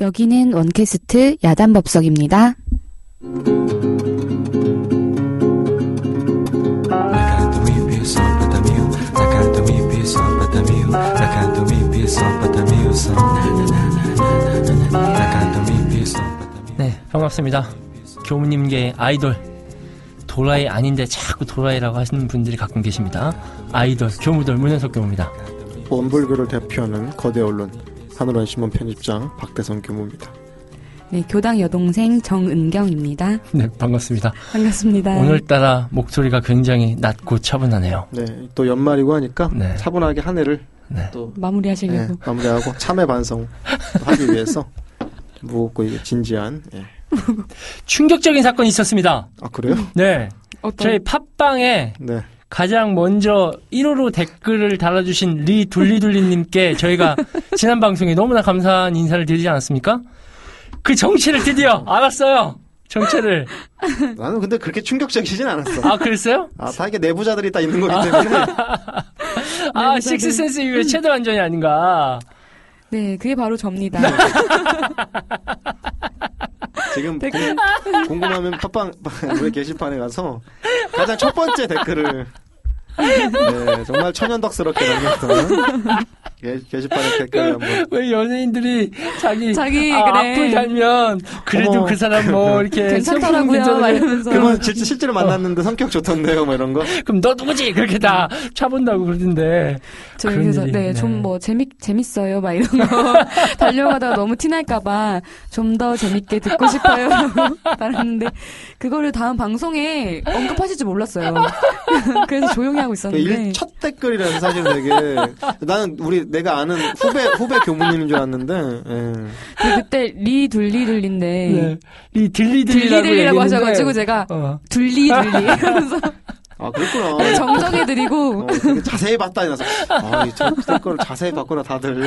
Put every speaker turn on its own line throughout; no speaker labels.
여기는 원캐스트 야단법석입니다.
Накантуй песок потомил, накантуй песок потомил, накантуй песок потомил сам. Накантуй песок потомил.
네, 반갑습니다. 교무님계 아이돌 도라이 아닌데 자꾸 도라이라고 하시는 분들이 가끔 계십니다. 아이돌 교무돌 문현석 교무입니다.
원불교를 대표하는 거대 언론 하늘원 신문 편집장 박대성 교무입니다.
네, 교당 여동생 정은경입니다.
네, 반갑습니다.
반갑습니다.
오늘따라 목소리가 굉장히 낮고 차분하네요.
네, 또 연말이고 하니까
네.
차분하게 한 해를
네.
또 예,
마무리하시려고.
마무리하고 참회 반성 하기 위해서 무겁고 이게 진지한 예.
충격적인 사건이 있었습니다.
아 그래요?
네,
어떤
저희 팟빵에
네,
가장 먼저 1호로 댓글을 달아주신 리 둘리둘리님께 저희가 지난 방송에 너무나 감사한 인사를 드리지 않았습니까? 그 정체를 드디어 알았어요. 정체를.
나는 근데 그렇게 충격적이진 않았어.
아, 그랬어요?
아, 다 이게 내부자들이 다 있는 거기 때문에
아, 식스센스 이후에
음.
최대 완전이 아닌가.
네, 그게 바로 접니다.
지금 궁- 궁금하면 팟빵 우리 게시판에 가서 가장 첫 번째 댓글을 네, 정말 천연덕스럽게 남겼던 게- 게시판에 댓글 한번
왜 연예인들이 자기,
자기,
아,
그래.
앞을 달면 그래도
어머.
그 사람 뭐 이렇게 슬픔은
괜찮더라고요. 막
괜찮은데
이러면서.
그건 실제, 실제로 만났는데 성격 좋던데요, 뭐 이런 거.
그러니까
그럼 너 누구지? 그렇게 다 차본다고 그러던데.
저희
그런
그래서
일이,
네,
네.
좀 뭐 재미 재밌어요. 막 이런 거 달려가다가 너무 티날까 봐 좀 더 재밌게 듣고 싶어요. 말했는데 그거를 다음 방송에 언급하실 줄 몰랐어요. 그래서 조용히 하고 있었는데
첫 댓글이라는 사실은 되게 나는 우리 내가 아는 후배 후배 교무님인 줄 알았는데 예.
근데 네, 그때 리 둘리 둘리인데
네. 이 들리들리라고
둘리들리라고
얘기했는데.
하셔가지고 제가
어.
둘리 둘리 이러면서
아 그랬구나
네, 정정해드리고
어, 되게 자세히 봤다 이나서 아이첫 댓글을 자세히 봤구나 다들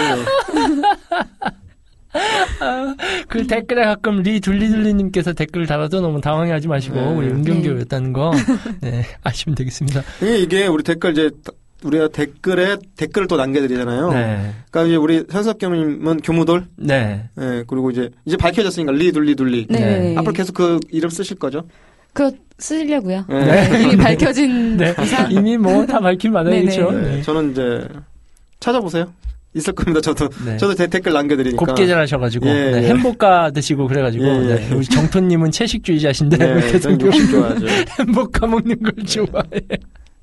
그 댓글에 가끔 리 둘리둘리님께서 댓글을 달아도 너무 당황해하지 마시고
네.
우리
네.
은경교였다는 거 네, 아시면 되겠습니다.
이게- 이게 우리 댓글 이제 우리가 댓글에 댓글을 또 남겨드리잖아요
네,
그러니까 이제 우리 현섭 교무님은 교무돌
네,
예 그리고 이제 이제 밝혀졌으니까 리둘리둘리
네.
앞으로 계속 그 이름 쓰실 거죠
그거 쓰려고요.
예.
네, 이미 밝혀진
네.
이상
이미 뭐 다 밝힌 바다이겠죠.
네,
네.
저는 이제 찾아보세요 있을 겁니다 저도
네.
저도 대- 댓글 남겨드리니까.
곱게 잘하셔가지고
그러니까 예,
네,
예.
햄버거 드시고 그래가지고
예, 예.
네, 우리 정토님은 채식주의자신데
네,
계속
저는 욕심 좋아하죠.
햄버거 먹는
예.
걸 좋아해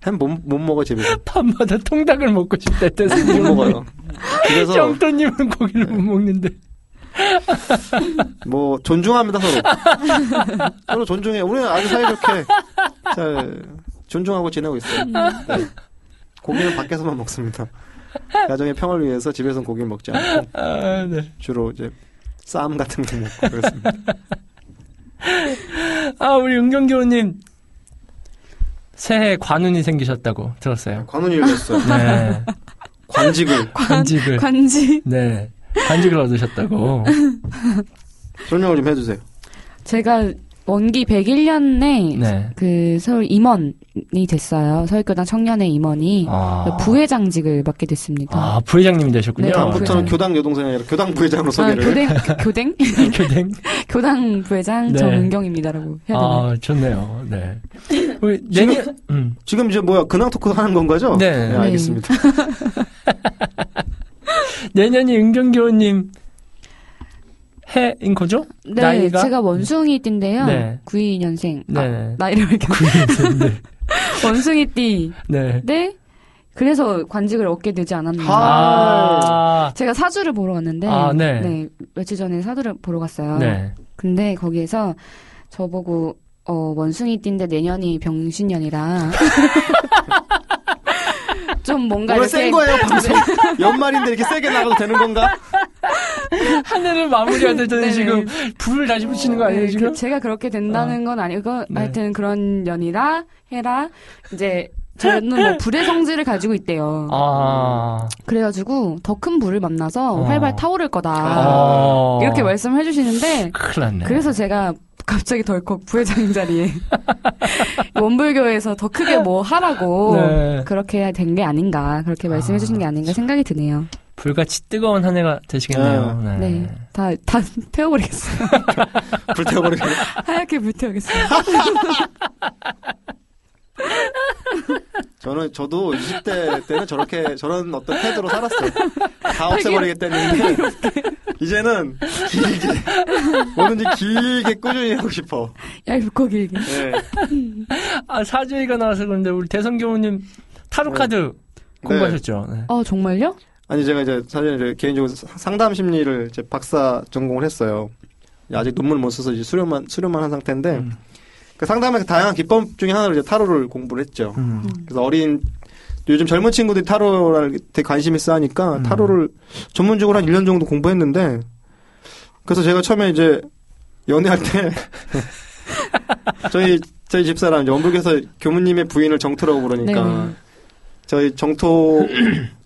햄못 못 먹어 집에서.
밤마다 통닭을 먹고 싶다
못
했더니
먹어요. 그래서 예.
정토님은 고기를 못 먹는데
뭐 존중합니다 서로. 서로 존중해. 우리는 아주 사이좋게 잘 존중하고 지내고 있어요. 네. 고기는 밖에서만 먹습니다. 가정의 평화를 위해서 집에서 고기를 먹지 않고
아, 네.
주로 이제 쌈 같은 거 먹고 그렇습니다.
아 우리 은경교우님 새해 관운이 생기셨다고 들었어요
관훈이 읽었어요.
네
관직을
관직을
관지.
네 관직을 얻으셨다고
설명을 좀 해주세요.
제가 원기 101년에
네
그 서울 임원이 됐어요. 서울교당 청년회 임원이 그
아,
부회장직을 맡게 됐습니다.
아 부회장님이 되셨군요
네,
다음부터는
그래서-
교당 여동생이 아니라 교당 부회장으로
아,
소개를.
교댕 교댕
교댕
교당 부회장
네.
정은경입니다라고 해야 되나? 요
아, 좋네요. 네. 우리 내년 음.
지금 이제 뭐야 근황 토크 하는 건 거죠?
네.
네 알겠습니다.
내년이 은경교우님 해인 거죠?
네,
나이가?
제가 원숭이띠인데요.
네.
92년생. 아,
네.
나이를 이렇게 원숭이띠.
네.
네. 그래서 관직을 얻게 되지 않았나.
하.
아.
제가 사주를 보러 갔는데
아, 네.
며칠 전에 사주를 보러 갔어요.
네.
근데 거기에서 저보고 어 원숭이띠인데 내년이 병신년이라 좀 뭔가
오늘
이렇게 네.
센 거예요 방송 연말인데 이렇게 세게 나가도 되는 건가?
하늘을 마무리하더니
네.
지금 불을 다시 붙이는 거 아니에요,
네,
지금?
그 제가 그렇게 된다는 건 아니고
네.
하여튼 그런 년이라 해라 이제 저는 뭐 불의 성질을 가지고 있대요.
아.
그래가지고 더 큰 불을 만나서
어.
활발 타오를 거다
아.
이렇게 말씀을 해주시는데
큰일 났네.
그래서 제가 갑자기 덜컥 부회장 자리에 원불교에서 더 크게 뭐 하라고
네. 아, 그렇죠.
그렇게 된 게 아닌가 그렇게 말씀해 주신 게 아닌가 생각이 드네요.
불같이 뜨거운 한 해가 되시겠네요. 네.
네. 다, 다 태워버리겠어요.
불태워버리고
하얗게 불태우겠어요.
저는 저도 20대 때는 저렇게 저런 어떤 패드로 살았어요. 다 없애버리겠다는데 이제는 길게 뭐든지 길게 꾸준히 하고 싶어.
얇고 길게.
네.
아, 사주의가 나와서 그런데 우리 대성교우님
네. 어.
타로카드 공부하셨죠? 네.
아, 정말요?
아니 제가 이제 사실 이제 개인적으로 사- 상담 심리를 이제 박사 전공을 했어요. 아직 논문을 못 써서 이제 수료만 수료만 한 상태인데
음.
그 상담에서 다양한 기법 중에 하나로 이제 타로를 공부를 했죠.
음.
그래서 어린 요즘 젊은 친구들이 타로를 되게 관심이 쌓으니까
음.
타로를 전문적으로 한 1년 정도 공부했는데 그래서 제가 처음에 이제 연애할 때 저희 저희 집사람 이제 원북에서 교무님의 부인을 정토라고 부르니까
네네.
저희 정토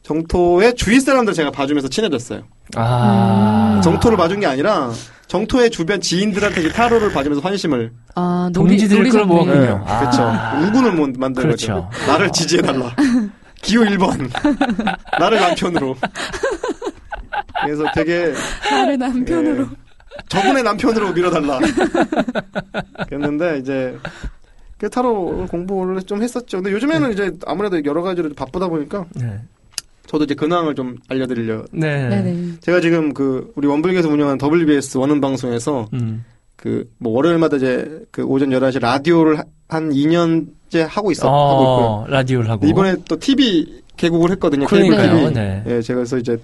정토의 주위 사람들 제가 봐주면서 친해졌어요.
아.
음.
정토를 봐준 게 아니라 정토의 주변 지인들한테 이 타로를 봐주면서 환심을
아, 놀이,
동지들을
놀이 전문.
끌어모았군요.
네, 그렇죠.
아.
우군을 못 만든
그렇죠.
거죠. 나를 지지해달라. 기호 1번. 나를 남편으로. 그래서 되게
네.
나를 남편으로.
예, 저분의 남편으로 밀어달라. 그랬는데 이제 그 타로 공부를 좀 했었죠. 근데
음.
요즘에는 이제 아무래도 여러 가지로 바쁘다 보니까
네.
저도 이제 근황을 좀 알려드리려.
네.
네네.
제가 지금 그 우리 원불교에서 운영하는 WBS 원음 방송에서
음.
그 뭐 월요일마다 이제 그 오전 11시 라디오를 하- 한 2년째 하고 있어 하고 있고요.
어, 라디오를 하고.
근데 이번에 또 TV 개국을 했거든요.
그러니까요.
케이블 TV.
네.
예, 제가 그래서 이제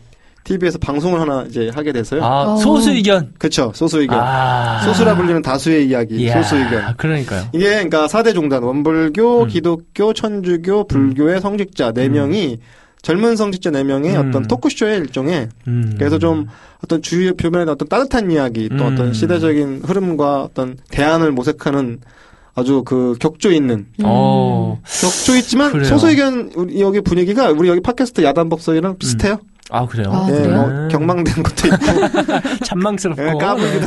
TV에서 방송을 하나 이제 하게 돼서요.
아,
어.
소수 의견.
그쵸, 네? 소수 의견.
아.
소수라 불리는 다수의 이야기,
이야,
소수 의견.
그러니까요.
이게 그러니까 4대 종단, 원불교,
음.
기독교, 천주교, 불교의 성직자
음.
4명이 젊은 성직자 4명의
음.
어떤 토크쇼의 일종의
음.
그래서 좀 어떤 주위 표면에 어떤 따뜻한 이야기 또
음.
어떤 시대적인 흐름과 어떤 대안을 모색하는 아주 그 격조 있는
어.
격조 있지만
그래요.
소수 의견 우리 여기 분위기가 우리 여기 팟캐스트 야단법석이랑 비슷해요.
아, 그래요?
아,
예,
그래요?
뭐 경망된 것도 있고
잔망스럽고.
예, 까불기도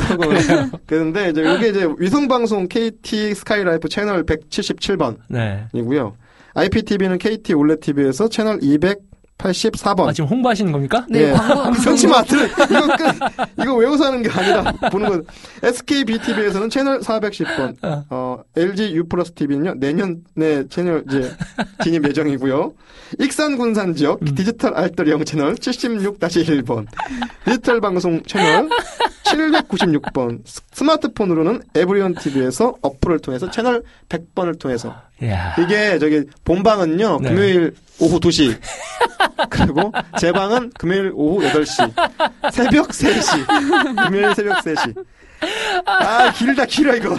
네.
하고 그런데 이제 이게 이제 위성 방송 KT 스카이라이프 채널 177번이고요.
네.
IPTV는 KT 올레 TV에서 채널 284번.
아, 지금 홍보하시는 겁니까?
네,
예.
아,
광고.
그렇지 마. 이거 끝. 이거 외워서 하는 게 아니라 보는 거. SKBTV에서는 채널 410번.
어.
어, LG U 플러스 TV는요. 내년에 채널 이제 진입 예정이고요. 익산 군산 지역
음.
디지털 알뜰형 채널 76-1번. 디지털 방송 채널 796번. 스마트폰으로는 에브리온 TV에서 어플을 통해서 채널 100번을 통해서
이야.
이게 저기 본방은요
네.
금요일 오후 2시 그리고 제 방은 금요일 오후 8시 새벽 3시 금요일 새벽 3시 아 길다 길어 이거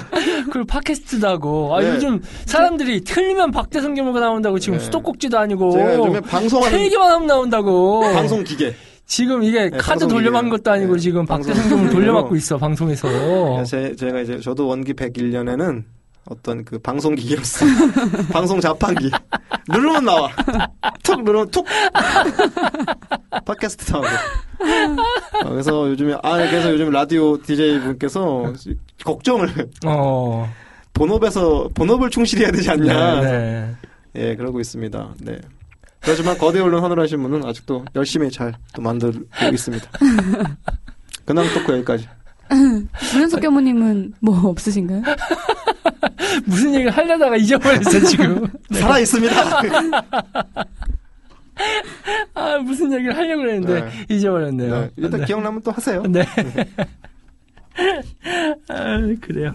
그리고 팟캐스트도 하고. 아,
네.
요즘 사람들이 틀리면 박대성 교무가 나온다고 지금
네.
수도꼭지도 아니고.
제가 요즘에 방송하는
틀기만 하면 나온다고.
방송 기계
지금 이게
네,
카드
방송
돌려받은
기계.
것도 아니고
네,
지금
방송
박대성 교무를
기계로.
돌려받고 있어, 방송에서.
네, 제, 제가 이제 저도 원기 101년에는 어떤 그 방송 기계로서 방송 자판기 누르면 나와 툭 누르면 툭 팟캐스트 나오고 어, 그래서 요즘에 아 그래서 요즘 라디오 DJ 분께서 걱정을
어.
본업에서 본업을 충실해야 되지 않냐
네, 네.
예 그러고 있습니다 네 그렇지만 거대 언론 하늘하신 분은 아직도 열심히 잘 또 만들고 있습니다 근황 토크 여기까지
문현석 교무님은 뭐 없으신가요?
네.
무슨 얘기를 하려다가 잊어버렸어, 지금.
살아 있습니다
네. 아, 무슨 얘기를 하려고 그랬는데 잊어버렸네요.
네, 일단
네.
기억나면 또 하세요
네. 아, 그래요.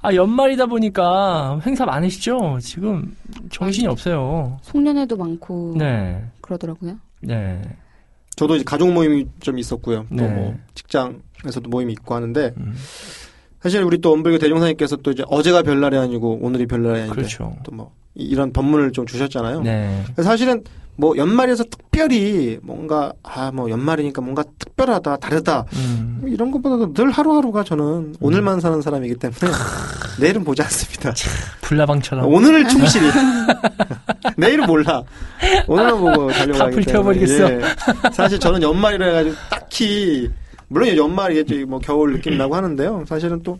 아, 연말이다 보니까 행사 많으시죠? 지금 정신이 없어요.
송년회도 많고
네.
그러더라고요.
네.
저도 이제 가족 모임이 좀 있었고요.
네.
또 뭐 직장에서도 모임이 있고 하는데
음,
사실 우리 또 엄불교 대종사님께서 또 이제 어제가 별날이 아니고 오늘이 별날이 아닌데
그렇죠.
또 뭐 이런 법문을 좀 주셨잖아요.
네.
그래서 사실은 뭐 연말에서 특별히 뭔가 아 뭐 연말이니까 뭔가 특별하다 다르다
음.
뭐 이런 것보다도 늘 하루하루가 저는 오늘만 사는 사람이기 때문에 내일은 보지 않습니다.
불나방처럼
오늘을 충실히 내일은 몰라 오늘만 보고
다
달려가기 때문에
불태워버리겠어.
예. 사실 저는 연말이라 해가지고 딱히 물론 연말이겠지 뭐 겨울 느낌 나고 하는데요 사실은 또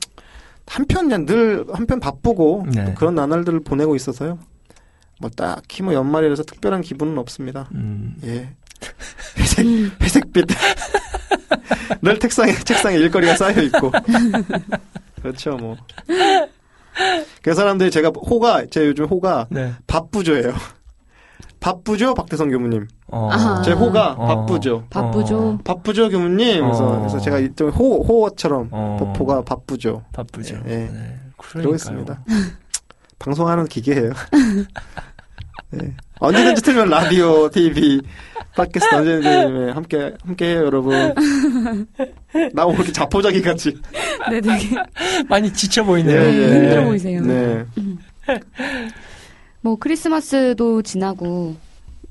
한편 그냥 늘 한편 바쁘고
네.
또 그런 나날들을 보내고 있어서요 뭐 딱히 뭐 연말이라서 특별한 기분은 없습니다
음.
예 회색 회색빛 늘 책상에 책상에 일거리가 쌓여 있고 그렇죠 뭐. 그 사람들이 제가 호가 제 요즘 호가
네.
밥부조예요. 밥부조 박태성 교무님.
어.
아하.
제 호가
어.
밥부조.
바쁘죠.
밥부조 교무님. 그래서,
어.
그래서 제가 이쪽 호 호처럼
어.
호가 밥부조
바쁘죠.
예, 예.
네.
그러고 있습니다. 방송하는 기계예요. 네. 언제든지 틀면 라디오, TV, 팟캐스트 언제든지 네, 함께 함께 해요 여러분. 나오고 이렇게 자포자기 같이.
네, 되게
많이 지쳐
네,
보이네요.
예,
네.
힘들어 보이세요.
네.
뭐 크리스마스도 지나고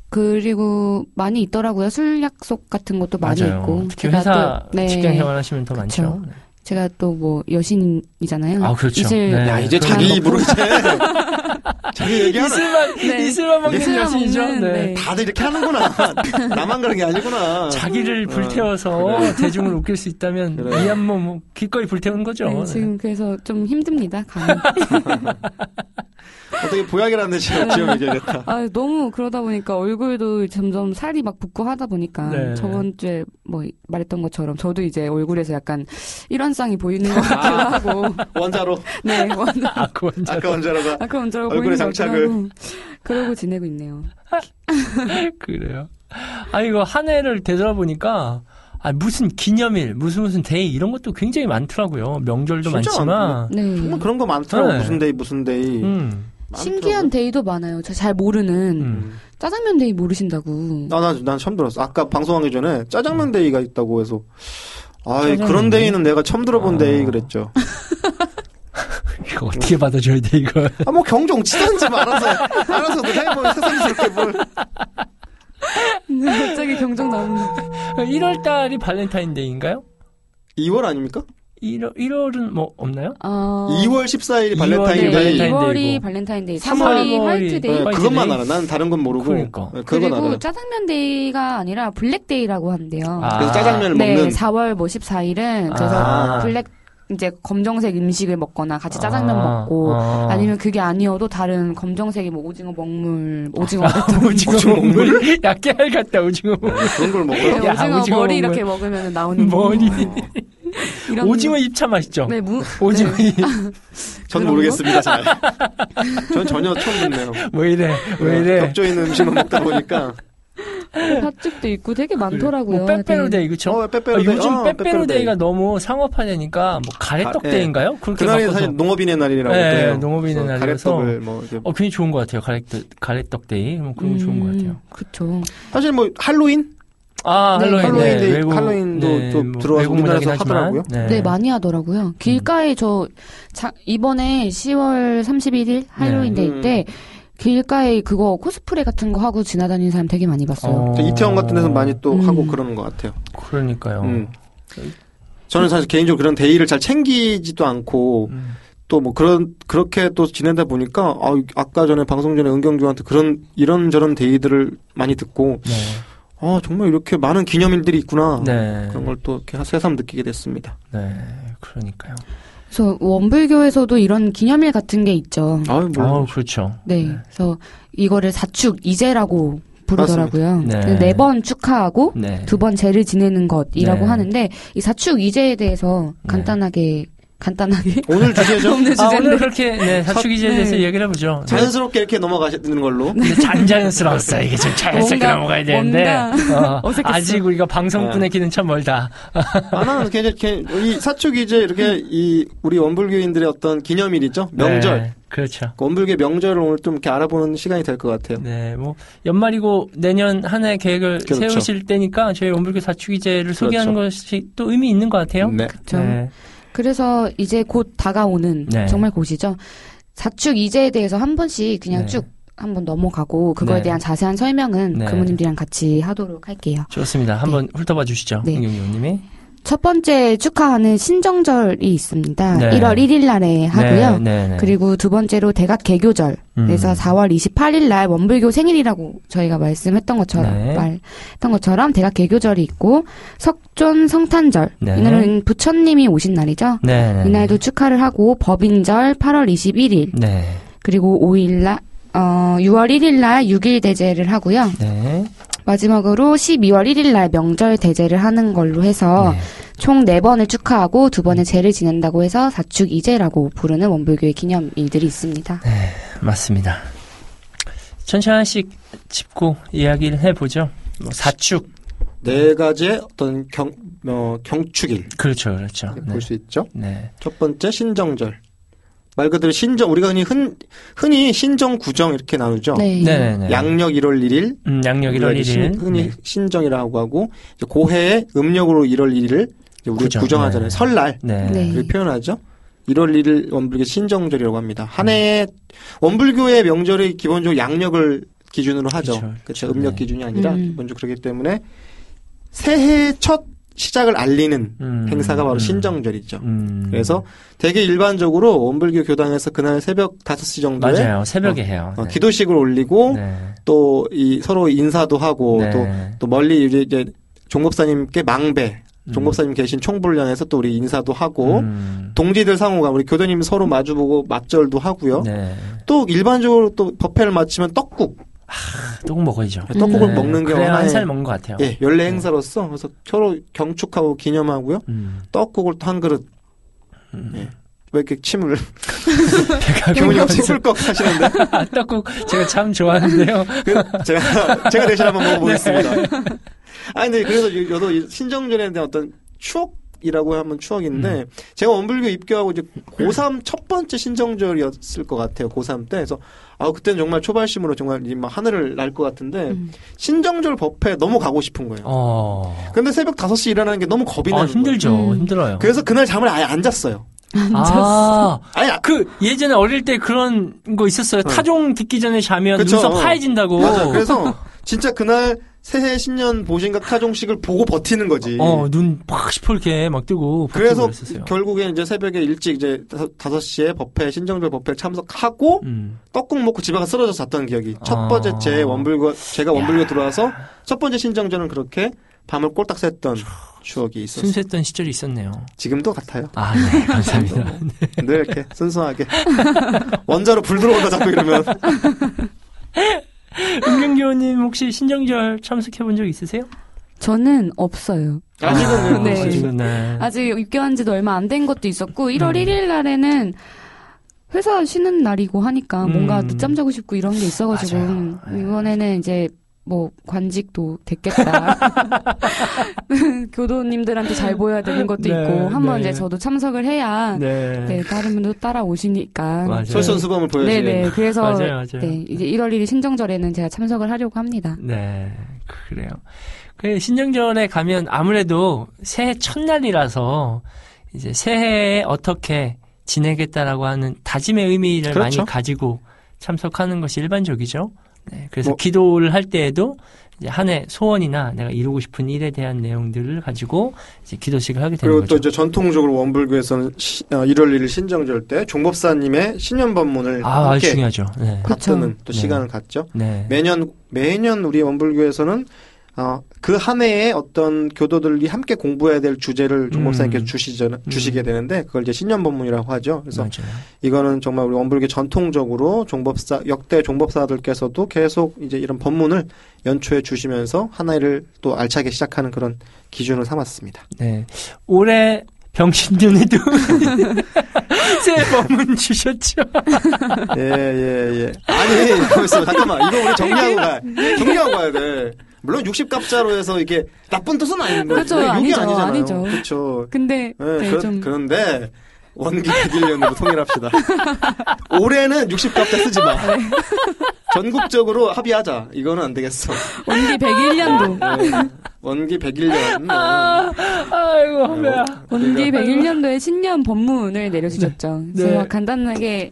그리고 많이 있더라고요. 술 약속 같은 것도 많이
맞아요.
있고.
특히 회사
또- 네.
직장 생활하시면 더
그쵸.
많죠.
제가 또 뭐 여신이잖아요.
아, 그렇죠.
이슬
네.
야 이제 자기
그런
입으로 이제 뭐 자기 얘기하는.
이슬만
네.
이슬만 먹는
이슬만
여신이죠.
먹는,
네.
네.
다들 이렇게 하는구나. 나만 그런 게 아니구나.
자기를
어,
불태워서 대중을 웃길 수 있다면
그래요.
이한모 뭐 기꺼이 불태운 거죠.
네,
네.
지금 그래서 좀 힘듭니다. 감이.
어떻게 보약이라는 데 지금 지금 얘기하겠다.
아, 너무 그러다 보니까 얼굴도 점점 살이 막 붓고 하다 보니까
네.
저번 주에 뭐 말했던 것처럼 저도 이제 얼굴에서 약간 일환상이 보이는 것 같기도 하고
원자로
네, 원,
아그 원자
아까 원자로가
아까 원자로
얼굴에
보이는 것
장착을.
같기도 하고 그러고 지내고 있네요.
그래요. 아 이거 한 해를 되돌아보니까 아 무슨 기념일, 무슨 무슨 데이 이런 것도 굉장히 많더라고요. 명절도
진짜
많지만
네.
정말 뭐 그런 거 많더라고
네.
무슨 데이 무슨 데이
음.
신기한 데이도 많아요. 저 잘 모르는
음.
짜장면 데이 모르신다고.
나난 난 처음 들었어 아까 방송하기 전에 짜장면 데이가 있다고 해서
음.
아
짜장면
그런
데이?
데이는 내가 처음 들어본
아.
데이 그랬죠
이거 어떻게 받아줘야 돼 이거?
아 뭐 경종 치든지 뭐 알아서 알아서 해뭐 세상스럽게 뭘
갑자기 경정 나오는데.
1월 달이 발렌타인데이인가요?
2월 아닙니까?
1월 1월은 뭐 없나요?
어... 네,
2월 14일
이월이
발렌타인 데이
발렌타인- 데이고.
2월이 발렌타인 데이, 3월이
네, 삼월이
화이트 데이.
네,
화이트
그것만
데이?
알아 난 다른 건 모르고
그러니까.
네, 그건
그리고
알아요
짜장면 데이가 아니라 블랙 데이라고 한대요.
아.
그래서 짜장면을
네,
먹는
4월 뭐 14일은
아.
그래서 블랙 이제 검정색 음식을 먹거나 같이 짜장면
아,
먹고
아.
아니면 그게 아니어도 다른 검정색이 뭐 오징어 먹물, 오징어 같은 거.
아, 오징어 먹물 약게 알 같다 오징어 먹물
그런 걸
네,
먹어요
야,
오징어,
오징어
머리
먹물.
이렇게 먹으면 나오는
머리
이런-
오징어 입차 맛있죠?
네, 무,
오징어
네.
입
그런
전
거?
모르겠습니다 잘 전 전혀 처음 듣네요
왜뭐 이래 왜 이래?
아, 겹쳐 있는 음식만 먹다 보니까
팥죽도 있고 되게 많더라고요. 네.
뭐 빼빼로데이
어,
그쵸?
빼빼로 데이.
아, 요즘
어,
빼빼로데이가 너무 상업화되니까 뭐 가래떡데이인가요? 그렇게
그날이
바꿔서
사실 농업인의 날이라고
네,
해요.
농업인의
그래서
날이라서.
가래떡을 뭐 이렇게-
어 굉장히 좋은 것 같아요 가래떡 가래떡데이 뭐 그런 거 좋은 것 같아요.
그쵸.
사실 뭐 할로윈
아
음. 네,
할로윈 네,
할로윈도-
외국-
할로윈도
네,
좀
뭐
들어와서
외국 문화긴
우리나라에서
하지만,
하더라고요.
네, 많이 하더라고요.
음.
길가에 저, 자, 이번에 10월 31일 할로윈
네.
데이 때, 길가에 그거 코스프레 같은 거 하고 지나다니는 사람 되게 많이 봤어요.
어.
또 이태원 같은 데서 많이 또
음.
하고 그러는 것 같아요.
그러니까요.
음. 저는 사실 개인적으로 그런 데이를 잘 챙기지도 않고
음.
또 뭐 그런 그렇게 또 지내다 보니까 아, 아까 전에 방송 전에 은경주한테 그런 이런 저런 데이들을 많이 듣고
네.
아 정말 이렇게 많은 기념일들이 있구나
네.
음. 그런 걸 또 이렇게 새삼 느끼게 됐습니다.
네. 그러니까요.
그래서 원불교에서도 이런 기념일 같은 게 있죠.
아유
아,
뭐
그렇죠.
네. 그래서 이거를 사축 이제라고 부르더라고요.
맞습니다. 네.
네 번 축하하고
네.
두 번 제를 지내는 것이라고
네.
하는데 이 사축 이제에 대해서
네.
간단하게 간단하게
오늘 주제죠.
없는
아, 오늘
주제인데
그렇게 네, 사축이제에
네.
대해서 얘기를 해보죠.
자연스럽게 이렇게 넘어가시는 걸로.
근데 잔잔스러웠어요. 이게 좀 자연스럽게
뭔가-
넘어가야 되는데.
뭔가
어,
어색했어.
아직 우리가
네.
방송꾼의 길은 참 멀다.
아, 나는 굉장히, 굉장히 이 사축이 이제 이렇게 이 우리 원불교인들의 어떤 기념일이죠. 명절.
네, 그렇죠.
그 원불교 명절을 오늘 좀 이렇게 알아보는 시간이 될 것 같아요.
네, 뭐, 연말이고 내년 한 해 계획을
그렇죠.
세우실 때니까 저희 원불교 사축이제를 소개하는 것이 또 의미 있는 것 같아요.
네.
좀 그렇죠. 그래서 이제 곧 다가오는
네.
정말 곧이죠. 사축 이제에 대해서 한 번씩 그냥
네.
쭉 한번 넘어가고 그거에
네.
대한 자세한 설명은
네.
부모님들이랑 같이 하도록 할게요.
좋습니다. 한번 훑어봐 주시죠.
네.
은경이 님이.
첫 번째 축하하는 신정절이 있습니다.
네.
1월 1일 날에 하고요.
네, 네, 네.
그리고 두 번째로 대각 개교절.
음.
그래서 4월 28일 날 원불교 생일이라고 저희가 말씀했던 것처럼
네.
말했던 것처럼 대각 개교절이 있고 석존 성탄절.
네.
이날은 부처님이 오신 날이죠.
네, 네.
이날도 축하를 하고 법인절 8월 21일
네.
그리고 5일 날 어, 6월 1일 날 6일 대제를 하고요.
네.
마지막으로 12월 1일 날 명절 대제를 하는 걸로 해서 총 네번을 축하하고 두번의 제를 지낸다고 해서 사축이제라고 부르는 원불교의 기념일들이 있습니다.
맞습니다. 천천히 하나씩 짚고 이야기를 해보죠. 뭐 사축.
네 가지의 어떤 경, 어, 경축일
그렇죠, 그렇죠. 네.
볼 수 있죠.
네.
첫 번째 신정절. 말 그대로 신정 우리가 흔히 흔, 흔히 신정 구정 이렇게 나누죠.
네.
네네네.
음, 양력 1월 1일
음, 양력 1월
우리가 신-
1일.
흔히
네.
신정이라고 하고 이제 고해의 음력으로 1월 1일을 우리
구정.
가 구정하잖아요.
네.
설날
네.
네.
이렇게 표현하죠. 1월 1일 원불교 신정절이라고 합니다. 한 해에 원불교의 명절이 기본적으로 양력을 기준으로 하죠.
그쵸, 그쵸.
그렇죠. 음력
네.
기준이 아니라
음.
기본적으로 그렇기 때문에 새해 첫 시작을 알리는
음,
행사가 바로
음,
신정절이죠.
음.
그래서 되게 일반적으로 원불교 교당에서 그날 새벽 5시 정도에
맞아요. 새벽에 해요.
어,
네.
기도식을 올리고
네.
또 이 서로 인사도 하고
네.
뭐 또 또 멀리 우리 이제 종법사님께 망배,
음.
종법사님 계신 총불련에서 또 우리 인사도 하고
음.
동지들 상호가 우리 교도님 서로 마주보고 맞절도 하고요.
네.
또 일반적으로 또 법회를 마치면 떡국,
떡 먹어야죠.
음.
그렇죠. 떡국을
네,
먹는 게
그래야
하나의
한살 먹는 것 같아요.
예, 연례 행사로서 그래서 서로 경축하고 기념하고요.
음.
떡국을 또 한 그릇.
음.
예. 왜 이렇게 침을
배가
교무님
고파서.
침을꺽 하시는데
아, 떡국 제가 참 좋아하는데요.
그 제가 제가 대신 한번 먹어보겠습니다.
네.
아 근데 그래서 요- 저도 이 신정전에 대한 어떤 추억이라고 하면
음.
추억인데 제가 원불교 입교하고 이제 고3 첫 번째 신정절이었을 것 같아요. 고3 때 그래서 아 그때는 정말 초발심으로 정말 이막 하늘을 날 것 같은데
음.
신정절 법회 너무 가고 싶은 거예요.
어.
근데 새벽 5시 일어나는 게 너무 겁이
아,
나는 거예요.
힘들죠.
음.
힘들어요.
그래서 그날 잠을 아예 안 잤어요.
아,
아예 안-
그 예전에 어릴 때 그런 거 있었어요.
네.
타종 듣기 전에 자면
그쵸.
눈썹 하얘진다고.
맞아. 그래서 진짜 그날 새해 신년 보신각 타종식을 보고 버티는 거지.
어, 눈팍 시퍼렇게 막 뜨고.
그래서
그랬었어요.
결국에 이제 새벽에 일찍 이제 다- 다섯 시에 법회 신정절 법회 에 참석하고
음.
떡국 먹고 집에 가 쓰러져 잤던 기억이
아.
첫 번째 제 원불교 제가 원불교 들어와서 첫 번째 신정절은 그렇게 밤을 꼴딱 샜던 추억이 있었어요.
순수했던 시절이 있었네요.
지금도 같아요.
아, 네, 감사합니다.
늘 이렇게 순수하게 원자로 불 들어온다 자꾸 이러면
은경교님 혹시 신정절 참석해본 적 있으세요?
저는 없어요.
아직은
네.
네.
아직은 네.
아직 입교한 지도 얼마 안 된 것도 있었고 1월
음.
1일 날에는 회사 쉬는 날이고 하니까 뭔가
음.
늦잠 자고 싶고 이런 게 있어가지고 음,
맞아요. 네.
이번에는 이제 뭐 관직도 됐겠다. 교도님들한테 잘 보여야 되는 것도
네,
있고 한번
네.
이제 저도 참석을 해야
네.
네, 다른 분도 따라오시니까.
맞아요.
솔선수범을 보여주는
네네. 그래서
맞아요, 맞아요.
네, 이제 1월 1일 신정절에는 제가 참석을 하려고 합니다.
네, 그래요. 그 신정전에 가면 아무래도 새해 첫날이라서 이제 새해에 어떻게 지내겠다라고 하는 다짐의 의미를
그렇죠.
많이 가지고 참석하는 것이 일반적이죠. 네, 그래서
뭐-
기도를 할 때에도 이제 한 해 소원이나 내가 이루고 싶은 일에 대한 내용들을 가지고 이제 기도식을 하게 되는
그리고 또
거죠.
이제 전통적으로 원불교에서는 시, 어, 1월 1일 신정절 때 종법사님의 신년 법문을
아, 아주
함께
중요하죠. 네.
받드는 또
네.
시간을 갖죠.
네.
매년 매년 우리 원불교에서는 어, 그 한 해에 어떤 교도들이 함께 공부해야 될 주제를 종목사님께서
음.
주시죠, 주시게 되는데 그걸 이제 신년법문이라고 하죠. 그래서
맞아요.
이거는 정말 우리 원불교 전통적으로 종법사 역대 종법사들께서도 계속 이제 이런 법문을 연초에 주시면서 한 해를 또 알차게 시작하는 그런 기준을 삼았습니다.
네. 올해 병신년에도 새해 법문 주셨죠.
예, 예, 예. 아니, 가만 있어. 잠깐만. 이거 우리 정리하고 가. 정리하고 가야 돼. 물론 60갑자로 해서 이게 나쁜 뜻은 아닌 거죠.
그렇죠. 아니죠. 아니죠.
그렇죠.
근데
예,
네,
그런-
좀
그런데 원기 1년으로 통일합시다. 올해는 60갑자 쓰지 마.
네.
전국적으로 합의하자. 이거는 안 되겠어.
원기 101년도 아,
예. 원기 101년. 네.
아이고, 뭐야.
원기 101년도에 신년 법문을 내려주셨죠.
그러니까 네.
제가 간단하게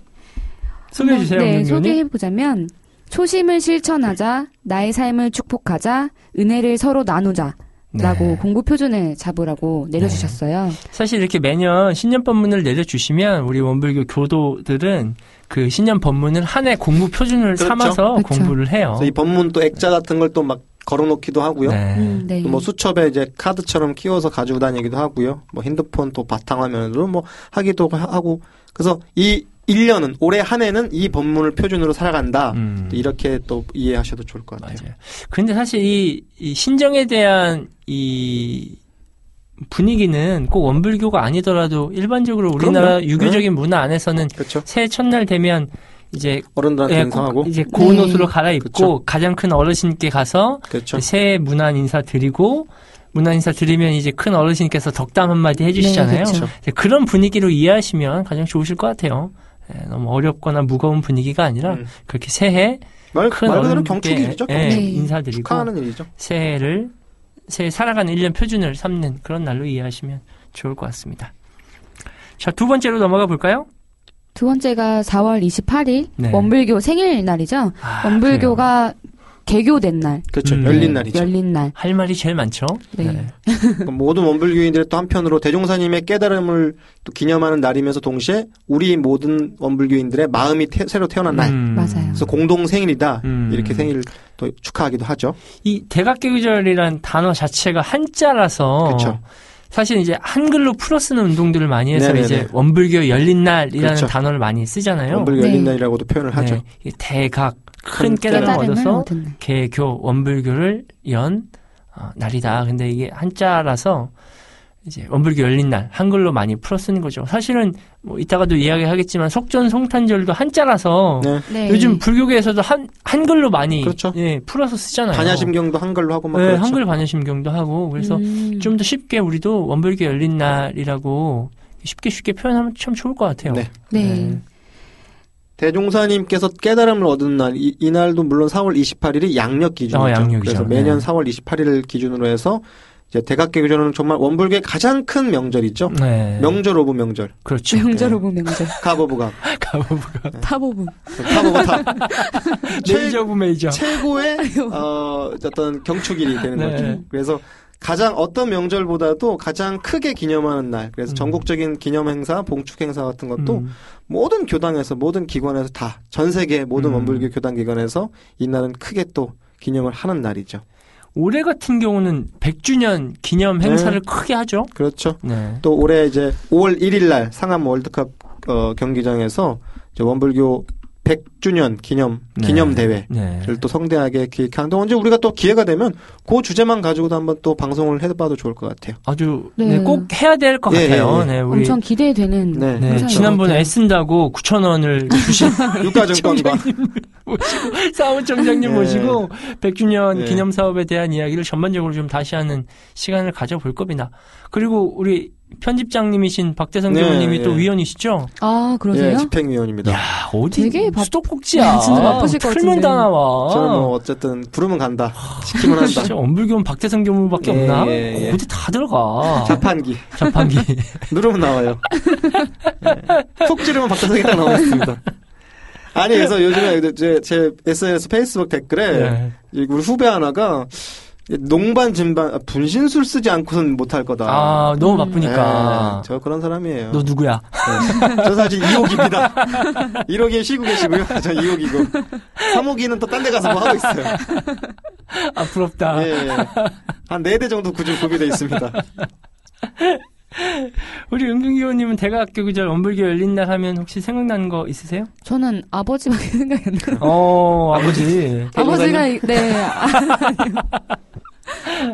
소개해 주세요,
네,
님
소개해 보자면 초심을 실천하자, 나의 삶을 축복하자, 은혜를 서로 나누자라고
네.
공부 표준을 잡으라고 내려주셨어요.
사실 이렇게 매년 신년 법문을 내려주시면 우리 원불교 교도들은 그 신년 법문을 한 해 공부 표준을
그렇죠.
삼아서
그렇죠.
공부를 해요.
그래서 이 법문 또 액자 같은 걸 또 막 걸어놓기도 하고요.
네.
음, 네.
또 뭐 수첩에 이제 카드처럼 키워서 가지고 다니기도 하고요. 뭐 핸드폰 또 바탕화면으로 뭐 하기도 하- 하고. 그래서 이, 1년은 올해 한 해는 이 법문을 표준으로 살아간다.
음.
이렇게 또 이해하셔도 좋을 것 같아요.
맞아요. 근데 사실 이, 이 신정에 대한 이 분위기는 꼭 원불교가 아니더라도 일반적으로 우리나라
그럼요. 네.
유교적인 문화 안에서는
그렇죠?
새해 첫날 되면 이제
어른들한테
예,
아, 그 인사하고
고- 이제 고운
네.
옷으로 갈아입고
그쵸.
가장 큰 어르신께 가서
그렇죠.
새해 문안 인사 드리고 문안 인사 드리면 이제 큰 어르신께서 덕담 한마디
네,
해주시잖아요.
그렇죠.
그쵸.
이제 그런 분위기로 이해하시면 가장 좋으실 것 같아요. 예, 너무 어렵거나 무거운 분위기가 아니라
음.
그렇게 새해
말,
큰
말 그대로
어른께
경축일이죠.
예,
경축. 네.
인사드리고
축하하는 일이죠.
새해를 새해 살아가는 일년 표준을 삼는 그런 날로 이해하시면 좋을 것 같습니다. 자, 두 번째로 넘어가 볼까요?
두 번째가 4월 28일
네.
원불교 생일날이죠.
아, 그래요.
원불교가 개교된 날,
그렇죠.
음.
열린 날이죠.
열린 날.
할 말이 제일 많죠.
네.
그러니까 모든 원불교인들의 또 한편으로 대종사님의 깨달음을 또 기념하는 날이면서 동시에 우리 모든 원불교인들의 마음이 태- 새로 태어난 날.
음.
맞아요.
그래서 공동 생일이다.
음.
이렇게 생일을 또 축하하기도 하죠.
이 대각계절이란 단어 자체가 한자라서
그렇죠.
사실 이제 한글로 풀어 쓰는 운동들을 많이 해서
네네네.
이제 원불교 열린 날이라는
그렇죠.
단어를 많이 쓰잖아요.
원불교
네.
열린 날이라고도 표현을 하죠.
네. 이 대각
큰
큰 깨달음을
깨달음을
얻어서
얻은 날.
개교 원불교를 연 어, 날이다. 근데 이게 한자라서 이제 원불교 열린 날 한글로 많이 풀어 쓰는 거죠. 사실은 뭐 이따가도 이야기하겠지만 속전송탄절도 한자라서
네.
네.
요즘 불교계에서도 한 한글로 많이
그렇죠.
예, 풀어서 쓰잖아요.
반야심경도 한글로 하고 막
네,
그렇죠.
한글 반야심경도 하고 그래서
음.
좀 더 쉽게 우리도 원불교 열린 날이라고 쉽게 쉽게 표현하면 참 좋을 것 같아요.
네.
네.
대종사님께서 깨달음을 얻은 날, 이, 이날도 물론 4월 28일이 양력 기준이죠.
어, 양력이죠.
그래서 매년
네.
4월 28일을 기준으로 해서 이제 대각계교절은 정말 원불교의 가장 큰 명절이죠.
네.
명절 오브 명절.
그렇죠.
명절 오브 명절.
갑 오브 갑.
가보부가
탑 오브.
갑 오브 네, 탑. 최,
메이저 부 메이저.
최고의 어, 어떤 경축일이 되는
네.
거죠. 그래서 가장 어떤 명절보다도 가장 크게 기념하는 날. 그래서
음.
전국적인 기념 행사, 봉축 행사 같은 것도
음.
모든 교당에서 모든 기관에서 다 전 세계 모든
음.
원불교 교당 기관에서 이날은 크게 또 기념을 하는 날이죠.
올해 같은 경우는 100주년 기념
네.
행사를 크게 하죠.
그렇죠.
네.
또 올해 이제 5월 1일 날 상암 월드컵 어, 경기장에서 이제 원불교 100주년 기념
네.
기념 대회를
네.
또 성대하게 기획하는데 언제 우리가 또 기회가 되면 그 주제만 가지고도 한번 또 방송을 해봐도 좋을 것 같아요.
아주
네.
네, 꼭 해야 될 것
예,
같아요.
예, 예.
네, 우리
엄청 기대되는
네.
네,
행사인 것
지난번에
같아요.
애쓴다고 9천 원을 주신
유가증권과
사원 점장님
네.
모시고 100주년
네.
기념 사업에 대한 이야기를 전반적으로 좀 다시 하는 시간을 가져볼 겁니다. 그리고 우리 편집장님이신 박대성
네,
교수님이
네.
또 위원이시죠?
아,
예,
그러세요?
집행위원입니다.
야 어디
되게 바- 아,
수도꼭지야.
진짜 바쁘실 것
틀면
같은데.
다 나와. 그러니까
저는 뭐 어쨌든 부르면 간다, 시키면 한다.
아, 진짜 원불교는 박대성 교무밖에
예,
없나?
예, 예.
어디 다 들어가.
자판기 네.
자판기.
누르면 나와요. 예. 톡 지르면 박찬석이 딱 나와 있습니다. 아니 그래서 요즘에 제, 제 SNS 페이스북 댓글에
네.
이 우리 후배 하나가 농반 진반 아, 분신술 쓰지 않고선 못할 거다.
아 너무
예,
바쁘니까.
저 그런 사람이에요.
너 누구야?
예. 저 사실 2호기입니다. 1호기에 쉬고 계시고요. 저 2호기고. 3호기는 또 딴 데 가서 뭐 하고 있어요.
아 부럽다.
예, 예. 한 4대 정도 구조 구비돼 있습니다.
우리 은근 교우님은 대가학교 그절 원불교 열린 날 하면 혹시 생각나는 거 있으세요?
저는 아버지밖에 생각이 안 나요.
어 아버지.
아버지가 이- 네 아, 아니요.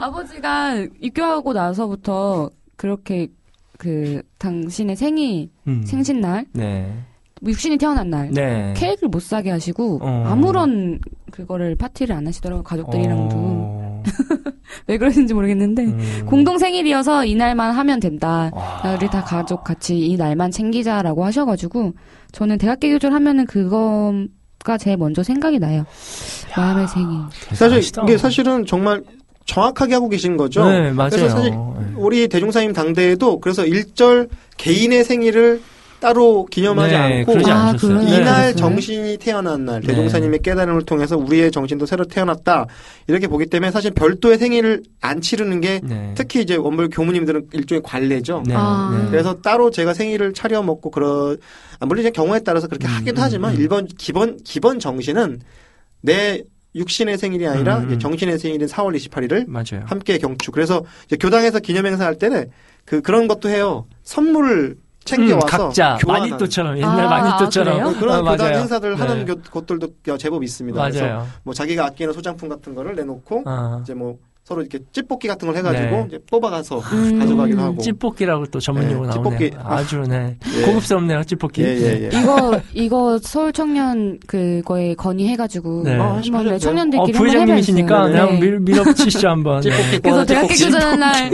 아버지가 입교하고 나서부터 그렇게 그 당신의 생일
음.
생신날
네.
뭐 육신이 태어난 날
네.
케이크를 못 사게 하시고
어. 아무런
아무런 그거를 파티를 안 하시더라고 요 가족들이랑도
어.
왜 그러시는지 모르겠는데
음.
공동 생일이어서 이 날만 하면 된다.
와.
야, 우리 다 가족 같이 이 날만 챙기자라고 하셔가지고 저는 대학교 교절 하면은 그거가 제일 먼저 생각이 나요. 마음의 생일.
사실
대단하시다.
이게 사실은 정말 정확하게 하고 계신 거죠.
네 맞아요.
그렇죠. 그래서 사실
네.
우리 대종사님 당대에도 그래서 일절 개인의 생일을 따로 기념하지
네,
않고
그러지
아,
않으셨어요.
그러네.
이날
네.
정신이 태어난 날
네.
대종사님의 깨달음을 통해서 우리의 정신도 새로 태어났다 이렇게 보기 때문에 사실 별도의 생일을 안 치르는 게
네.
특히 이제 원불 교무님들은 일종의 관례죠.
네.
아.
네.
음. 그래서 따로 제가 생일을 차려 먹고 그런 아, 물론 이제 경우에 따라서 그렇게
음,
하기도
음,
하지만
음.
일본 기본 기본 정신은 내 육신의 생일이 아니라
음,
이제
음.
정신의 생일인 4월 28일을
맞아요.
함께 경축. 그래서 이제 교당에서 기념행사 할 때는 그 그런 것도 해요. 선물을 챙겨와서
음, 각자
교환하는.
마니또처럼 옛날
아,
마니또처럼
그래요?
네, 그런
아,
교단
맞아요. 네.
행사들 하는 교- 곳들도 여- 제법 있습니다. 그래서
맞아요.
뭐 자기가 아끼는 소장품 같은 거를 내놓고
아,
이제 뭐 서로 이렇게 찌뽑기 같은 걸 해가지고
네.
이제 뽑아가서
음.
가져가기도 하고
찌뽑기라고 또 전문
네,
용어 나오네요.
찌뽑기. 아.
아주 네
예.
고급스럽네요. 찌뽑기.
예, 예, 예.
이거 이거 서울 청년 그거에 건의해가지고
네.
아,
한번 네,
하셨네요?
어,
청년들끼리 한번
부회장님이시니까
해봐야겠어요. 네.
그냥 밀, 밀어붙이시죠 한번. 네.
찌뽑기.
그래서
어,
대학교
찌뽑기.
교전 날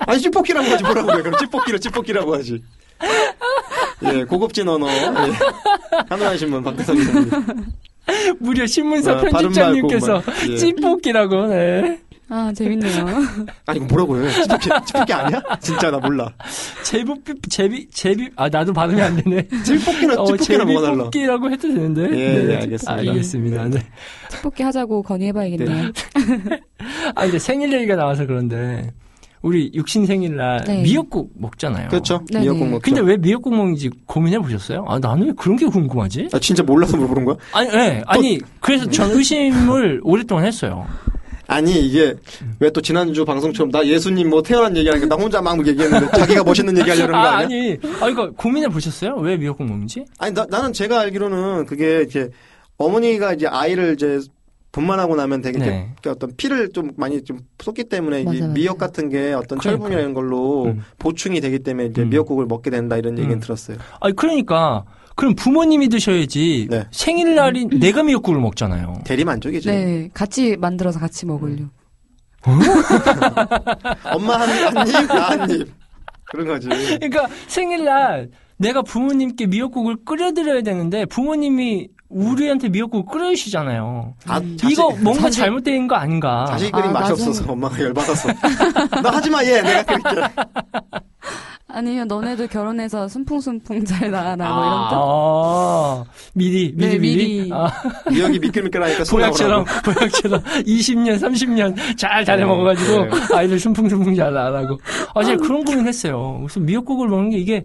아니 찌뽑기라고 하지 뭐라고 그래 그럼 찌뽑기를 찌뽑기라고 하지 예 고급진 언어 예. 하늘의 신문 박대성 기자님
무려 신문사
아,
편집장님께서
바른 말 고운 말. 예.
찌뽑기라고. 네.
아, 재밌네요.
아니 이거 뭐라고 해 찌뽑기 찌뽑기 아니야 진짜 나 몰라
제비 제비 제비 아 나도 발음이 안 되네.
찌뽑기는
어,
찌뽑기라고 해달라
제비뽑기라고 해도 되는데. 네,
예, 예, 알겠습니다.
알겠습니다. 네.
특복히 하자고 건의해봐야겠네요.
아, 근데 생일 얘기가 나와서 그런데 우리 육신 생일날
네.
미역국 먹잖아요.
그렇죠
네네.
미역국 먹죠
어. 근데 왜 미역국 먹는지 고민해 보셨어요? 아, 나는 왜 그런 게 궁금하지?
아 진짜 몰라서 물어보는 거야
아니, 예. 아니, 그래서 전 의심을 오랫동안 했어요.
아니 이게 왜 또 지난주 방송처럼 나 예수님 뭐 태어난 얘기하니까 나 혼자 막 얘기했는데 자기가 멋있는 얘기하려는 거
아,
아니야?
아니. 아, 그러니까 고민해 보셨어요? 왜 미역국 먹는지?
아니 나, 나는 제가 알기로는 그게 이제 어머니가 이제 아이를 이제 분만하고 나면 되게 이렇게
네.
어떤 피를 좀 많이 좀 쏟기 때문에
맞아,
이
맞아.
미역 같은 게 어떤
그러니까.
철분이라는 걸로
음.
보충이 되기 때문에 이제
음.
미역국을 먹게 된다 이런 얘기는
음.
들었어요.
아니, 그러니까 그럼 부모님이 드셔야지
네.
생일날이 내가 미역국을 먹잖아요.
대리만족이지.
네, 같이 만들어서 같이 먹으려.
엄마 한, 한 입, 나 한 입. 그런 거지.
그러니까 생일날 내가 부모님께 미역국을 끓여드려야 되는데 부모님이 우리한테 미역국을 끓여주시잖아요.
아,
이거 뭔가
자식-
잘못된 거 아닌가?
자식 그림
음. 아,
맛이
나중에.
없어서 엄마가 열받아서. 너 하지 마, 얘. 내가 그럴게.
아니면 너네도 결혼해서 순풍순풍 잘 나가나 뭐 이런 뜻?
아, 미리 미리
네,
미리.
미리.
아,
미역이 미끌미끌하니까 손
보약처럼
나오라고.
보약처럼 20년 30년 잘 다려
네,
먹어가지고
네.
아이들 순풍순풍 잘 나라고. 아, 제가 그런 고민했어요. 그래서 미역국을 먹는 게 이게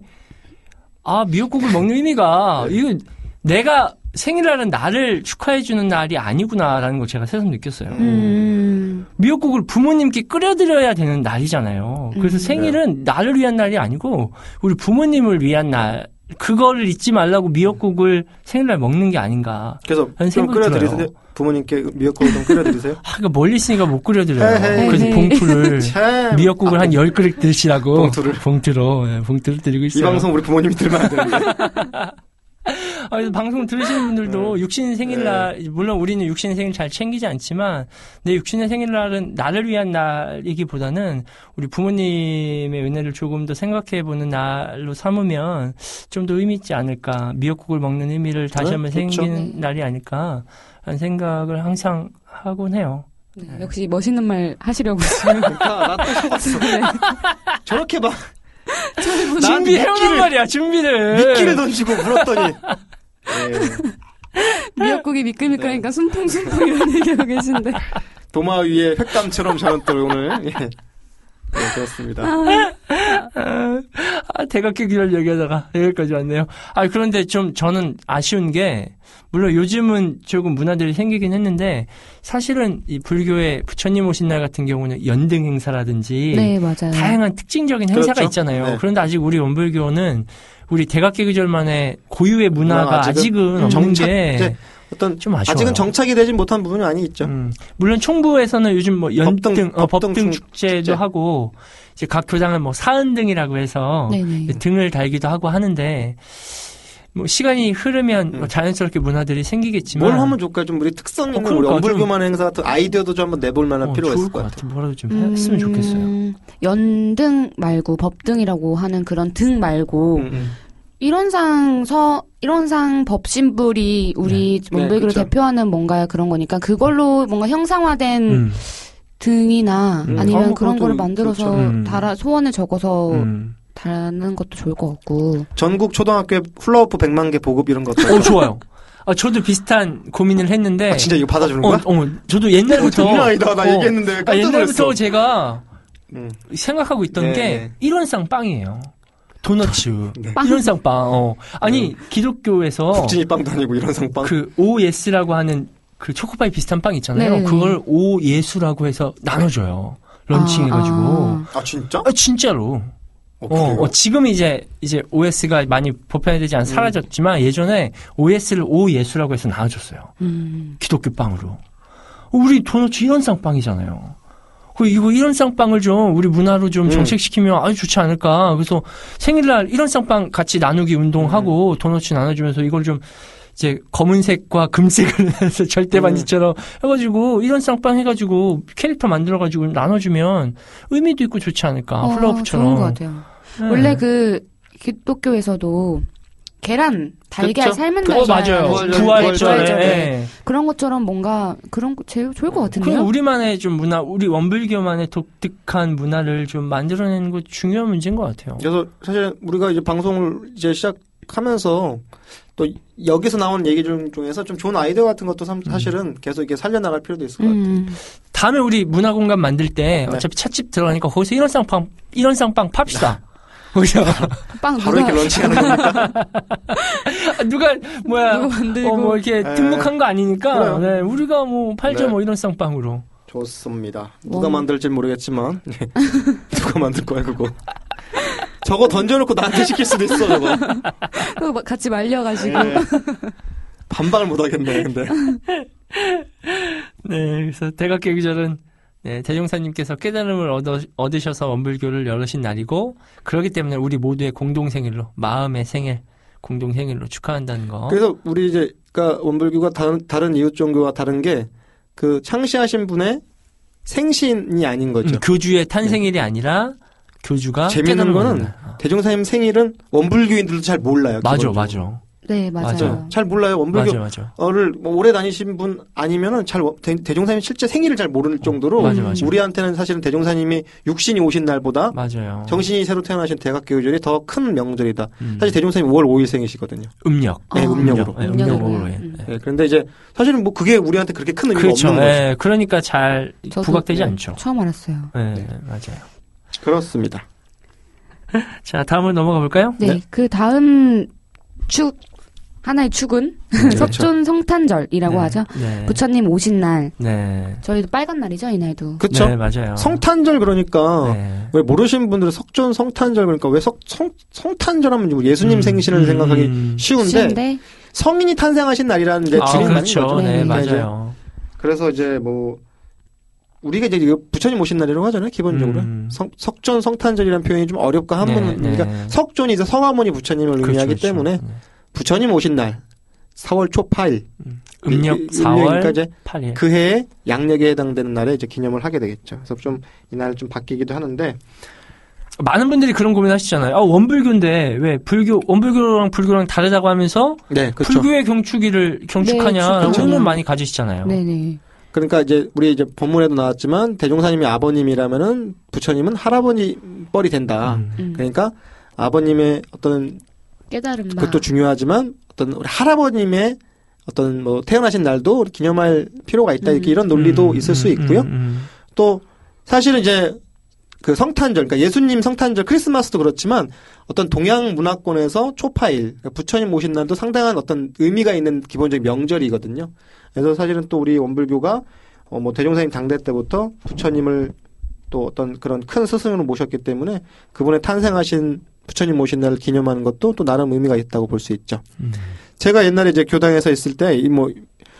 아 미역국을 먹는 의미가 이거 내가 생일날은 나를 축하해주는 날이 아니구나라는 걸 제가 새삼 느꼈어요.
음.
미역국을 부모님께 끓여드려야 되는 날이잖아요. 그래서
네.
음.
생일은 나를 위한 날이 아니고 우리 부모님을 위한 날. 그거를 잊지 말라고 미역국을 생일날 먹는 게 아닌가.
그래서
아니,
좀
생각
끓여드리세요.
들어요.
부모님께 미역국을 좀 끓여드리세요.
아, 그러니까 멀리 있으니까 못 끓여드려요.
에헤이. 네.
그래서
에헤이.
봉투를
참.
네.
아, 네.
미역국을 한 열그릇 드시라고
봉투를.
봉투로 예, 봉투를 드리고
이
있어요.
방송 우리 부모님이 들면 안 되는데.
아, 그래서 방송 들으시는 분들도
네.
육신 생일날 물론 우리는 육신 생일 잘 챙기지 않지만 내 육신의 생일날은 나를 위한 날이기보다는 우리 부모님의 은혜를 조금 더 생각해 보는 날로 삼으면 좀 더 의미 있지 않을까 미역국을 먹는 의미를 다시
네,
한번
그렇죠.
생기는
네.
날이 아닐까 하는 생각을 항상 하곤 해요.
네, 역시 멋있는 말 하시려고 지금.
아, 나또 속았어.
네.
저렇게 막 난
준비해오란
미끼를-
말이야 준비를
미끼를 던지고 물었더니. 예.
미역국이
네.
미끌미끌하니까 순풍순풍 이런 얘기하고 계신데.
도마 위에 횟감처럼 저는 또 오늘. 예. 네, 그렇습니다.
아, 대각기를 얘기하다가 여기까지 왔네요. 아, 그런데 좀 저는 아쉬운 게, 물론 요즘은 조금 문화들이 생기긴 했는데, 사실은 이 불교의 부처님 오신 날 같은 경우는 연등 행사라든지,
네, 맞아요.
다양한 특징적인 행사가
그렇죠.
있잖아요.
네.
그런데 아직 우리 원불교는 우리 대각계기절만의 고유의 문화가
문화가
아직은,
아직은 음.
없는
정착-
게
이제 어떤
좀 아쉬워요.
아직은 정착이 되진 못한 부분이 많이 있죠.
음, 물론 총부에서는 요즘 뭐 연등,
법등,
어,
법등
법등
축-
축제도
축제.
하고 이제 각 교장은 뭐 사은등이라고 해서
네네.
예, 등을 달기도 하고 하는데 뭐 시간이 흐르면
음.
뭐 자연스럽게 문화들이 생기겠지만
뭘 하면 좋을까? 좀 우리 특성 있는
어, 그러니까
우리 엄불교만의 행사 같은 아이디어도 좀 한번 내볼 만한
어,
필요가
좋을
있을
것
것 같아요.
같아. 뭐라도 좀 했으면 좋겠어요.
음, 연등 말고 법등이라고 하는 그런 등 말고
음, 음.
일원상 서 일원상 법신불이 우리
네,
원불교를
그쵸.
대표하는 뭔가 그런 거니까 그걸로 뭔가 형상화된
음,
등이나
음.
아니면
아, 뭐
그런
그것도
거를 만들어서
그렇죠. 음.
달아 소원을 적어서
음.
달는 것도 좋을 것 같고
전국 초등학교에 훌라후프 100만 개 보급 이런 것도.
어 좋아요. 아 저도 비슷한 고민을 했는데
아, 진짜 이거 받아주는
어,
거야?
어, 저도 옛날부터
장난 아니다. 나
어,
얘기했는데 왜
아,
깜짝
옛날부터
놀랐어.
제가
음.
생각하고 있던
네,
게
네.
일원상 빵이에요. 도너츠
네.
빵.
일원상 빵. 어. 아니
음.
기독교에서
북진이 빵도 아니고 이런 상빵.
어. 그 OS라고 하는 그 초코파이 비슷한 빵 있잖아요.
네네네.
그걸 OS라고 해서 나눠줘요. 런칭해가지고.
아 진짜?
아, 진짜로.
어,
어,
그래요?
어, 지금 이제 이제 OS가 많이 보편화되지 않아 사라졌지만 예전에 OS를 오 예수라고 해서 나와줬어요.
음.
기독교 빵으로. 어, 우리 도넛이 이런 쌍빵이잖아요. 그 이거 이런 쌍빵을 좀 우리 문화로 좀
음.
정책시키면 아주 좋지 않을까. 그래서 생일날 이런 쌍빵 같이 나누기 운동하고
음.
도넛이 나눠주면서 이걸 좀 이제 검은색과 금색을 해서 절대
음.
반지처럼 해가지고 이런 쌍빵 해가지고 캐릭터 만들어가지고 나눠주면 의미도 있고 좋지 않을까.
어,
아, 플라워처럼. 네.
좋은 것 같아요. 원래 그 기독교에서도 계란, 달걀
그쵸?
삶은
그거
달걀
맞아요.
부활절,
부활절에,
부활절에.
예.
그런 것처럼 뭔가 그런 거 제일 좋을 것 같은데요.
그럼 우리만의 좀 문화, 우리 원불교만의 독특한 문화를 좀 만들어내는 거 중요한 문제인 것 같아요.
그래서 사실 우리가 이제 방송을 이제 시작하면서 또 여기서 나온 얘기 중, 중에서 좀 좋은 아이디어 같은 것도 삼- 사실은 계속 이게 살려나갈 필요도 있을 것 같아요.
음.
다음에 우리 문화 공간 만들 때
네.
어차피 찻집 들어가니까 거기서 이런 쌍빵, 이런 쌍빵 팝시다. 거기서
음. 빵
바로
누가
이렇게 런칭하는 겁니다.
누가 뭐야
누가 만들고
어, 뭐 이렇게
네.
등록한 거 아니니까
그래요.
네, 우리가 뭐 팔죠
네.
뭐 이런 쌍빵으로
좋습니다. 누가
원.
만들지 모르겠지만 예. 누가 만들 거야 그거. 저거 던져놓고 나한테 시킬 수도 있어 저거.
그거 막 같이 말려가지고
예. 반박을 못하겠네 근데.
네 그래서 대각계기절은 네, 대종사님께서 깨달음을 얻어, 얻으셔서 원불교를 열으신 날이고 그렇기 때문에 우리 모두의 공동생일로 마음의 생일 공동생일로 축하한다는
어?
거
그래서 우리 이제 그러니까 원불교가 다른 다른 이웃 종교와 다른 게 그 창시하신 분의 생신이 아닌 거죠. 네.
음, 교주의 탄생일이 아니라 교주가
그렇죠. 재밌는
깨달음을
거는
얻는 날.
대종사님 생일은 원불교인들도 잘 몰라요.
맞아
기본적으로.
맞아
네 맞아요.
맞아요.
잘 몰라요. 원불교
맞아 맞아
어를 뭐 오래 다니신 분 아니면은 잘 원- 대, 대종사님 실제 생일을 잘 모를 정도로
어, 맞아 맞아
음. 우리한테는 사실은 대종사님이 육신이 오신
어.
날보다
맞아요
정신이 새로 태어나신 대각교절이 더 큰 명절이다.
음.
사실 대종사님 5월 5일생이시거든요.
음력
네, 음력으로.
네, 음력으로
아, 음력으로요.
예.
음.
네.
예, 그런데 이제 사실은 뭐 그게 우리한테 그렇게 큰 의미가
그렇죠.
없는 거죠.
예, 그러니까 잘
저도-
부각되지
네.
않죠.
처음 알았어요.
예,
네.
맞아요.
그렇습니다.
자, 다음으로 넘어가 볼까요?
네,
네.
그 다음 축 하나의 축은
음,
네. 그렇죠.
석촌 성탄절이라고
그렇죠. 네.
하죠.
네.
부처님 오신 날
네.
저희도 빨간 날이죠 이날도.
그렇죠.
네, 맞아요.
성탄절 그러니까
네.
왜 모르시는 분들은 석존 성탄절 그러니까 왜 석 성 성탄절 하면 뭐 예수님
음,
생신을
음,
생각하기
음.
쉬운데,
쉬운데
성인이 탄생하신 날이라는 이제
아,
줄임말인
그렇죠.
거죠.
네,
네,
맞아요.
그래서 이제 뭐 우리가 이제 이거 부처님 오신 날이라고 하잖아요 기본적으로
음.
성- 석존 성탄절이라는 표현이 좀 어렵고
네,
한번
네.
그러니까 석존이 이제 성화문이 부처님을
그렇죠,
의미하기
그렇죠.
때문에
네.
부처님 오신 날 4월 초 8일
음력
그 이- 이-
4월
이제
8일.
그 해에 양력에 해당되는 날에 이제 기념을 하게 되겠죠. 그래서 좀 이날 좀 바뀌기도 하는데
많은 분들이 그런 고민하시잖아요. 아, 원불교인데 왜 불교 원불교랑 불교랑 다르다고 하면서
네
불교의 경축일을 경축하냐라는
네, 그렇죠.
의문 많이
어.
가지시잖아요.
네네
그러니까 이제 우리 이제 본문에도 나왔지만 대종사님이 아버님이라면은 부처님은 할아버지 뻘이 된다.
음.
음.
그러니까 아버님의 어떤
깨달음 날.
그것도 중요하지만 어떤 우리 할아버님의 어떤 뭐 태어나신 날도 우리 기념할 필요가 있다 이렇게
음.
이런 논리도
음,
있을 수
음,
있고요.
음, 음.
또 사실은 이제 그 성탄절, 그러니까 예수님 성탄절, 크리스마스도 그렇지만 어떤 동양 문화권에서 초파일, 그러니까 부처님 오신 날도 상당한 어떤 의미가 있는 기본적인 명절이거든요. 그래서 사실은 또 우리 원불교가 어 뭐 대종사님 당대 때부터 부처님을 또 어떤 그런 큰 스승으로 모셨기 때문에 그분의 탄생하신 부처님 오신 날을 기념하는 것도 또 나름 의미가 있다고 볼 수 있죠.
음.
제가 옛날에 이제 교당에서 있을 때 이 뭐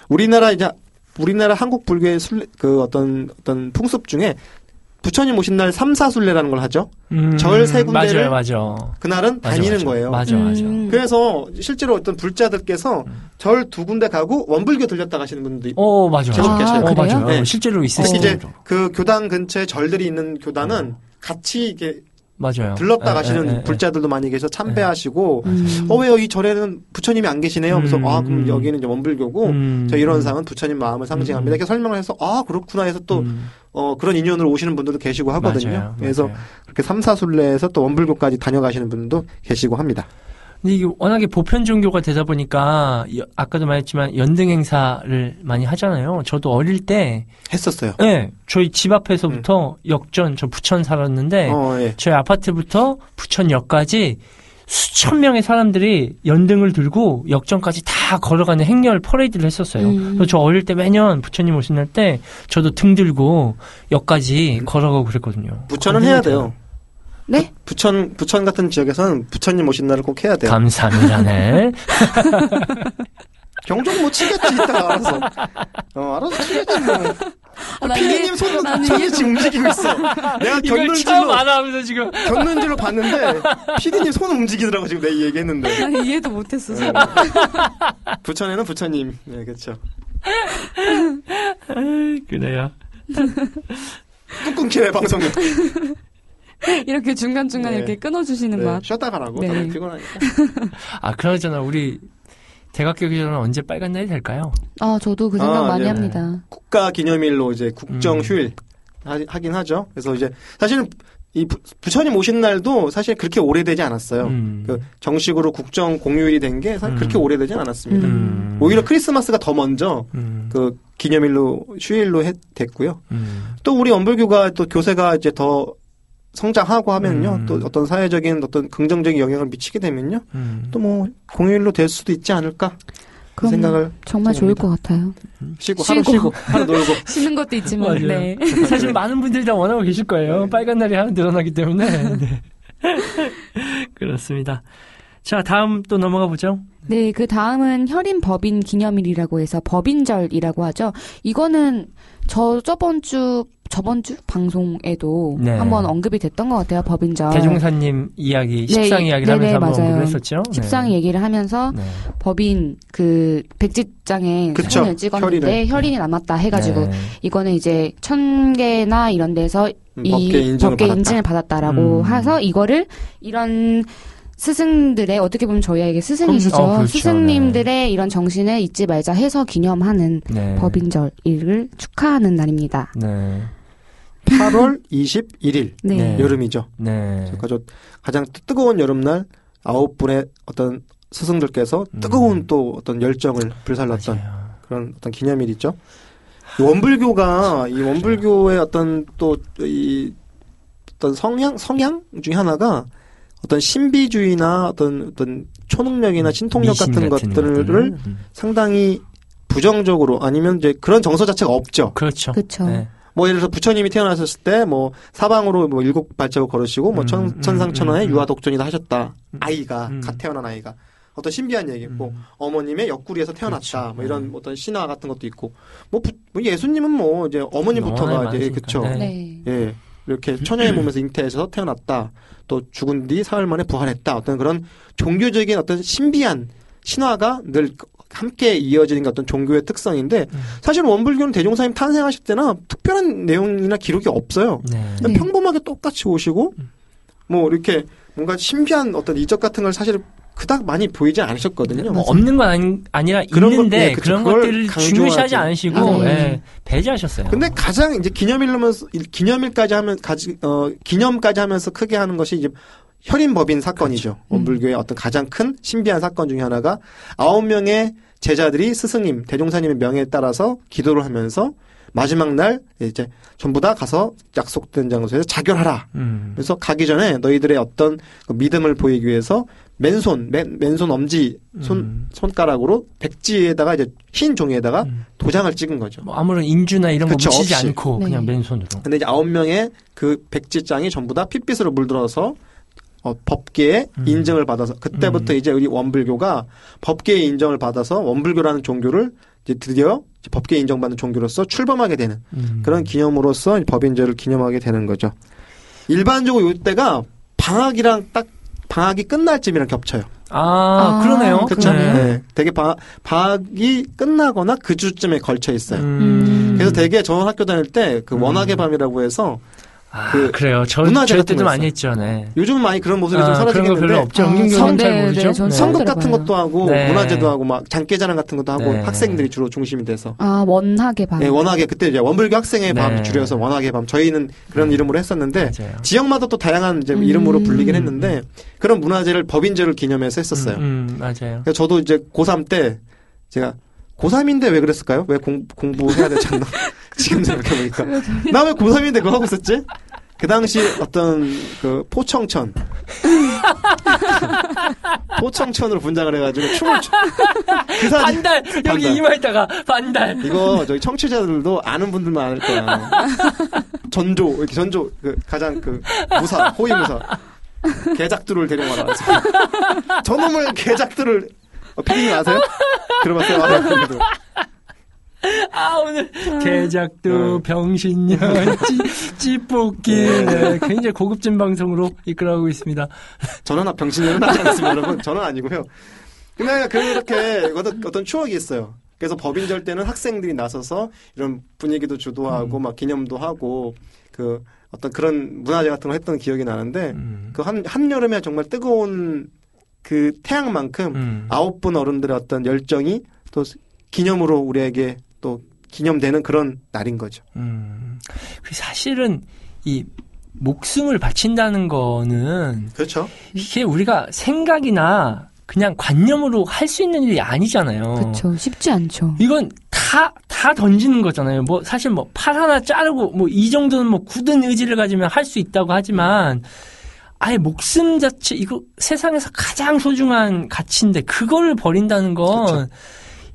우리나라 이제 우리나라 한국 불교의 순례 그 어떤 어떤 풍습 중에 부처님 오신 날 삼사순례라는 걸 하죠.
음,
절세 군데를
맞아요, 맞아요.
그날은
맞아,
다니는
맞아.
거예요.
맞아, 맞아.
음.
그래서 실제로 어떤 불자들께서 절 두 군데 가고 원불교 들렸다 가시는 분들이
어, 맞아요.
계속
아,
계셔요.
어,
그래요?
맞아요.
네.
실제로 있어요.
특히 이제
실제로.
그 교당 근처에 절들이 있는 교당은 같이 이게
맞아요. 예, 음. 어, 에, 에,
들렀다
에,
가시는
에.
불자들도 많이 계셔서 참배하시고
음.
어 왜요 이 절에는 부처님이 안 계시네요. 그래서
음,
아 그럼
음.
여기는 이제 원불교고
음.
저 이런 상은 부처님 마음을 상징합니다.
음.
이렇게 설명을 해서 아 그렇구나 해서 또
음.
어, 그런 인연으로 오시는 분들도 계시고 하거든요.
맞아요,
그래서
맞아요.
그렇게 삼사순례에서 또 원불교까지 다녀가시는 분도 계시고 합니다.
근데 이게 워낙에 보편 종교가 되다 보니까 여- 아까도 말했지만 연등 행사를 많이 하잖아요. 저도 어릴 때,
했었어요.
예, 저희 집 앞에서부터 역전 저 부천 살았는데
음. 어, 예.
저희 아파트부터 부천역까지 수천 명의 사람들이 연등을 들고 역전까지 다 걸어가는 행렬 퍼레이드를 했었어요.
음.
그래서 저 어릴 때 매년 부처님 오시는 때 저도 등 들고
음.
역까지 걸어가고 그랬거든요.
부천은
그거
해야
힘들더라고요.
돼요.
네?
부천 부천 같은 지역에서는 부처님 오신 날을 꼭 해야 돼요.
감사합니다네.
경종 뭐 치겠지 이따가 알아서. 어 알아서 치겠지 뭐.
아, 나 이게
피디님 손은
나는
손이
이게
지금 움직이고 있어. 내가
이걸 처음
견눈질로
알아하면서 지금
견눈질로 봤는데 피디님 손 움직이더라고 지금 내 얘기했는데.
나 이해도 못했어.
네. 부천에는 부처님. 네 그렇죠.
그래요.
꾹꾹 키네 방송에.
이렇게 중간중간
네.
이렇게 끊어주시는
네,
맛.
쉬었다 가라고.
네.
너무 피곤하니까.
아 그러잖아 우리 대각교 기전은 언제 빨간 날이 될까요?
아, 저도 그 생각
아,
많이
네.
합니다.
국가 기념일로 이제 국정
음.
휴일 하, 하긴 하죠. 그래서 이제 사실은 이 부, 부처님 오신 날도 사실 그렇게 오래되지 않았어요.
음.
그 정식으로 국정 공휴일이 된 게 사실 그렇게
음.
오래되진 않았습니다.
음.
오히려 크리스마스가 더 먼저
음.
그 기념일로 휴일로 했, 됐고요.
음.
또 우리 엄불교가 또 교세가 이제 더 성장하고 하면요.
음.
또 어떤 사회적인 어떤 긍정적인 영향을 미치게 되면요.
음.
또 뭐 공휴일로 될 수도 있지 않을까 그
그럼
생각을
정말 좋을 것 같아요.
쉬고, 하루
쉬고.
쉬고 하루 놀고
쉬는 것도 있지만,
맞아요.
네.
사실 많은 분들이 다 원하고 계실 거예요. 빨간 날이 하나 늘어나기 때문에. 네. 그렇습니다. 자, 다음 또 넘어가 보죠.
네, 그 다음은 혈인 법인 기념일이라고 해서 법인절이라고 하죠. 이거는 저 저번 주 저번 주 방송에도
네.
한번 언급이 됐던 것 같아요. 법인절.
대종사님 이야기,
네,
십상 이야기를
네네,
하면서 한번
맞아요.
언급을 했었죠. 네.
십상 얘기를 하면서
네.
법인 그 백지장에
그쵸.
사진을 찍었는데
혈인을.
혈인이 남았다 해가지고
네.
이거는 이제 천 개나 이런 데서 이
음, 법계 인증을 받았다.
라고
음.
해서 이거를 이런 스승들의 어떻게 보면 저희에게 스승이시죠.
어, 그렇죠.
스승님들의 이런 정신을 잊지 말자 해서 기념하는
네.
법인절을 축하하는 날입니다.
네.
8월 21일
네.
네.
여름이죠.
네.
가족 가장 뜨- 뜨거운 여름날 아홉 분의 어떤 스승들께서
음.
뜨거운 또 어떤 열정을 불살랐던
맞아요.
그런 어떤 기념일이죠. 이 원불교가 이 원불교의 어떤 또 이 어떤 성향 성향 중에 하나가 어떤 신비주의나 어떤 어떤 초능력이나 신통력
음, 미신
같은, 것들을
음.
상당히 부정적으로 아니면 이제 그런 정서 자체가 없죠.
그렇죠.
그쵸.
네.
뭐 예를 들어서 부처님이 태어나셨을 때 뭐 사방으로 뭐 일곱 발자국 걸으시고 뭐
음,
천,
음,
천상천하의
음, 음.
유아독존이다 하셨다. 아이가
음.
갓 태어난 아이가 어떤 신비한 얘기 뭐
음.
어머님의 옆구리에서 태어났다
그렇죠.
뭐 이런
음.
어떤 신화 같은 것도 있고 뭐, 부- 뭐 예수님은 뭐 이제 어머님부터가
워낙에
이제
많으니까.
그쵸
네.
네.
예 이렇게 처녀의 몸에서 잉태해서 태어났다 또 죽은 뒤 사흘 만에 부활했다 어떤 그런 종교적인 어떤 신비한 신화가 늘 함께 이어지는 게 어떤 종교의 특성인데
음.
사실 원불교는 대종사님 탄생하실 때나 특별한 내용이나 기록이 없어요
네.
그냥
네.
평범하게 똑같이 오시고
음.
뭐 이렇게 뭔가 신비한 어떤 이적 같은 걸 사실 그닥 많이 보이지 않으셨거든요.
뭐 없는 건 아니, 아니라
그런 것-
있는데
네, 그쵸.
그런
그걸
것들을
강조하지.
중요시하지 않으시고
아, 네.
예, 배제하셨어요.
근데 가장 이제 기념일로면 기념일까지 하면 가지 어 기념까지 하면서 크게 하는 것이 이제 혈인법인 사건이죠.
그렇죠. 음.
원불교의 어떤 가장 큰 신비한 사건 중에 하나가 아홉 명의 제자들이 스승님 대종사님의 명에 따라서 기도를 하면서 마지막 날 이제 전부 다 가서 약속된 장소에서 자결하라.
음.
그래서 가기 전에 너희들의 어떤 그 믿음을 보이기 위해서 맨손 맨, 맨손 엄지 손
음.
손가락으로 백지에다가 이제 흰 종이에다가
음.
도장을 찍은 거죠.
뭐 아무런 인주나 이런
그쵸,
거 묻히지
없이.
않고
네.
그냥 맨손으로.
근데 이제 아홉 명의 그 백지장이 전부 다 핏빛으로 물들어서 어, 법계의
음.
인증을 받아서 그때부터 이제 우리 원불교가 법계의 인정을 받아서 원불교라는 종교를 이제 드디어 이제 법계 인정받는 종교로서 출범하게 되는
음.
그런 기념으로서 법인제를 기념하게 되는 거죠. 일반적으로 이때가 방학이랑 딱 방학이 끝날 쯤이랑 겹쳐요.
아,
아, 그러네요.
그렇죠?
그러네요.
네.
네. 되게 방, 방학이 끝나거나 그 주쯤에 걸쳐 있어요.
음.
그래서 되게 저 학교 다닐 때 그
음.
원학의 밤이라고 해서
아,
그
그래요. 저,
문화재
저희
같은
때도
거
많이 했죠. 네.
요즘은 많이 그런 모습이 좀
아, 그런 거 별로
사라지겠는데
없죠.
아,
홍윤경은
네,
잘
네,
모르죠.
네, 저는
네.
처음
성극 같은
들어봐요.
것도 하고
네.
문화재도 하고 막 장기자랑 같은 것도 하고
네.
학생들이 주로 중심이 돼서
아, 원하게 봐.
예, 원학의 그때 이제 원불교 학생의 밤
네. 음.
줄여서 원학의 밤 저희는 그런 이름으로 했었는데
맞아요.
지역마다 또 다양한 이제
음.
이름으로 불리긴 했는데 그런 문화재를 법인제를 기념해서 했었어요.
음, 음, 맞아요.
그래서 그러니까 저도 이제 고3 때 제가 고3인데 왜 그랬을까요? 왜 공, 공부해야 되지 않나? 지금 생각해보니까. 나 왜 고3인데 그거 하고 있었지? 그 당시 어떤 그 포청천. 호청천으로 분장을 해가지고 춤을 추... 그 사진
반달 여기
반달.
이마 있다가 반달.
이거 저기 청취자들도 아는 분들만 알 거야. 전조 이렇게 전조 그 가장 그 무사 호위 무사 개작들을 데려와라. 저놈을 개작들을 어, 피디님 아세요? 들어봤어요? 아, 그분도.
아 오늘 개작두
음.
병신년 찌- 찌뿌끼 네, 굉장히 고급진 방송으로 이끌어가고 있습니다.
저는 아- 병신년은 하지 않습니다, 여러분. 저는 아니고요. 그냥 그렇게 어떤, 어떤 추억이 있어요. 그래서 법인절 때는 학생들이 나서서 이런 분위기도 주도하고 막 기념도 하고 그 어떤 그런 문화제 같은 걸 했던 기억이 나는데
음.
그 한 한여름에 정말 뜨거운 그 태양만큼
음.
아홉 분 어른들의 어떤 열정이 또 기념으로 우리에게 또 기념되는 그런 날인 거죠.
음. 그 사실은 이 목숨을 바친다는 거는
그렇죠.
이게 우리가 생각이나 그냥 관념으로 할 수 있는 일이 아니잖아요.
그쵸. 쉽지 않죠.
이건 다, 다 던지는 거잖아요. 뭐, 사실 뭐, 팔 하나 자르고, 뭐, 이 정도는 뭐, 굳은 의지를 가지면 할 수 있다고 하지만, 아예 목숨 자체, 이거 세상에서 가장 소중한 가치인데, 그걸 버린다는 건,
그쵸.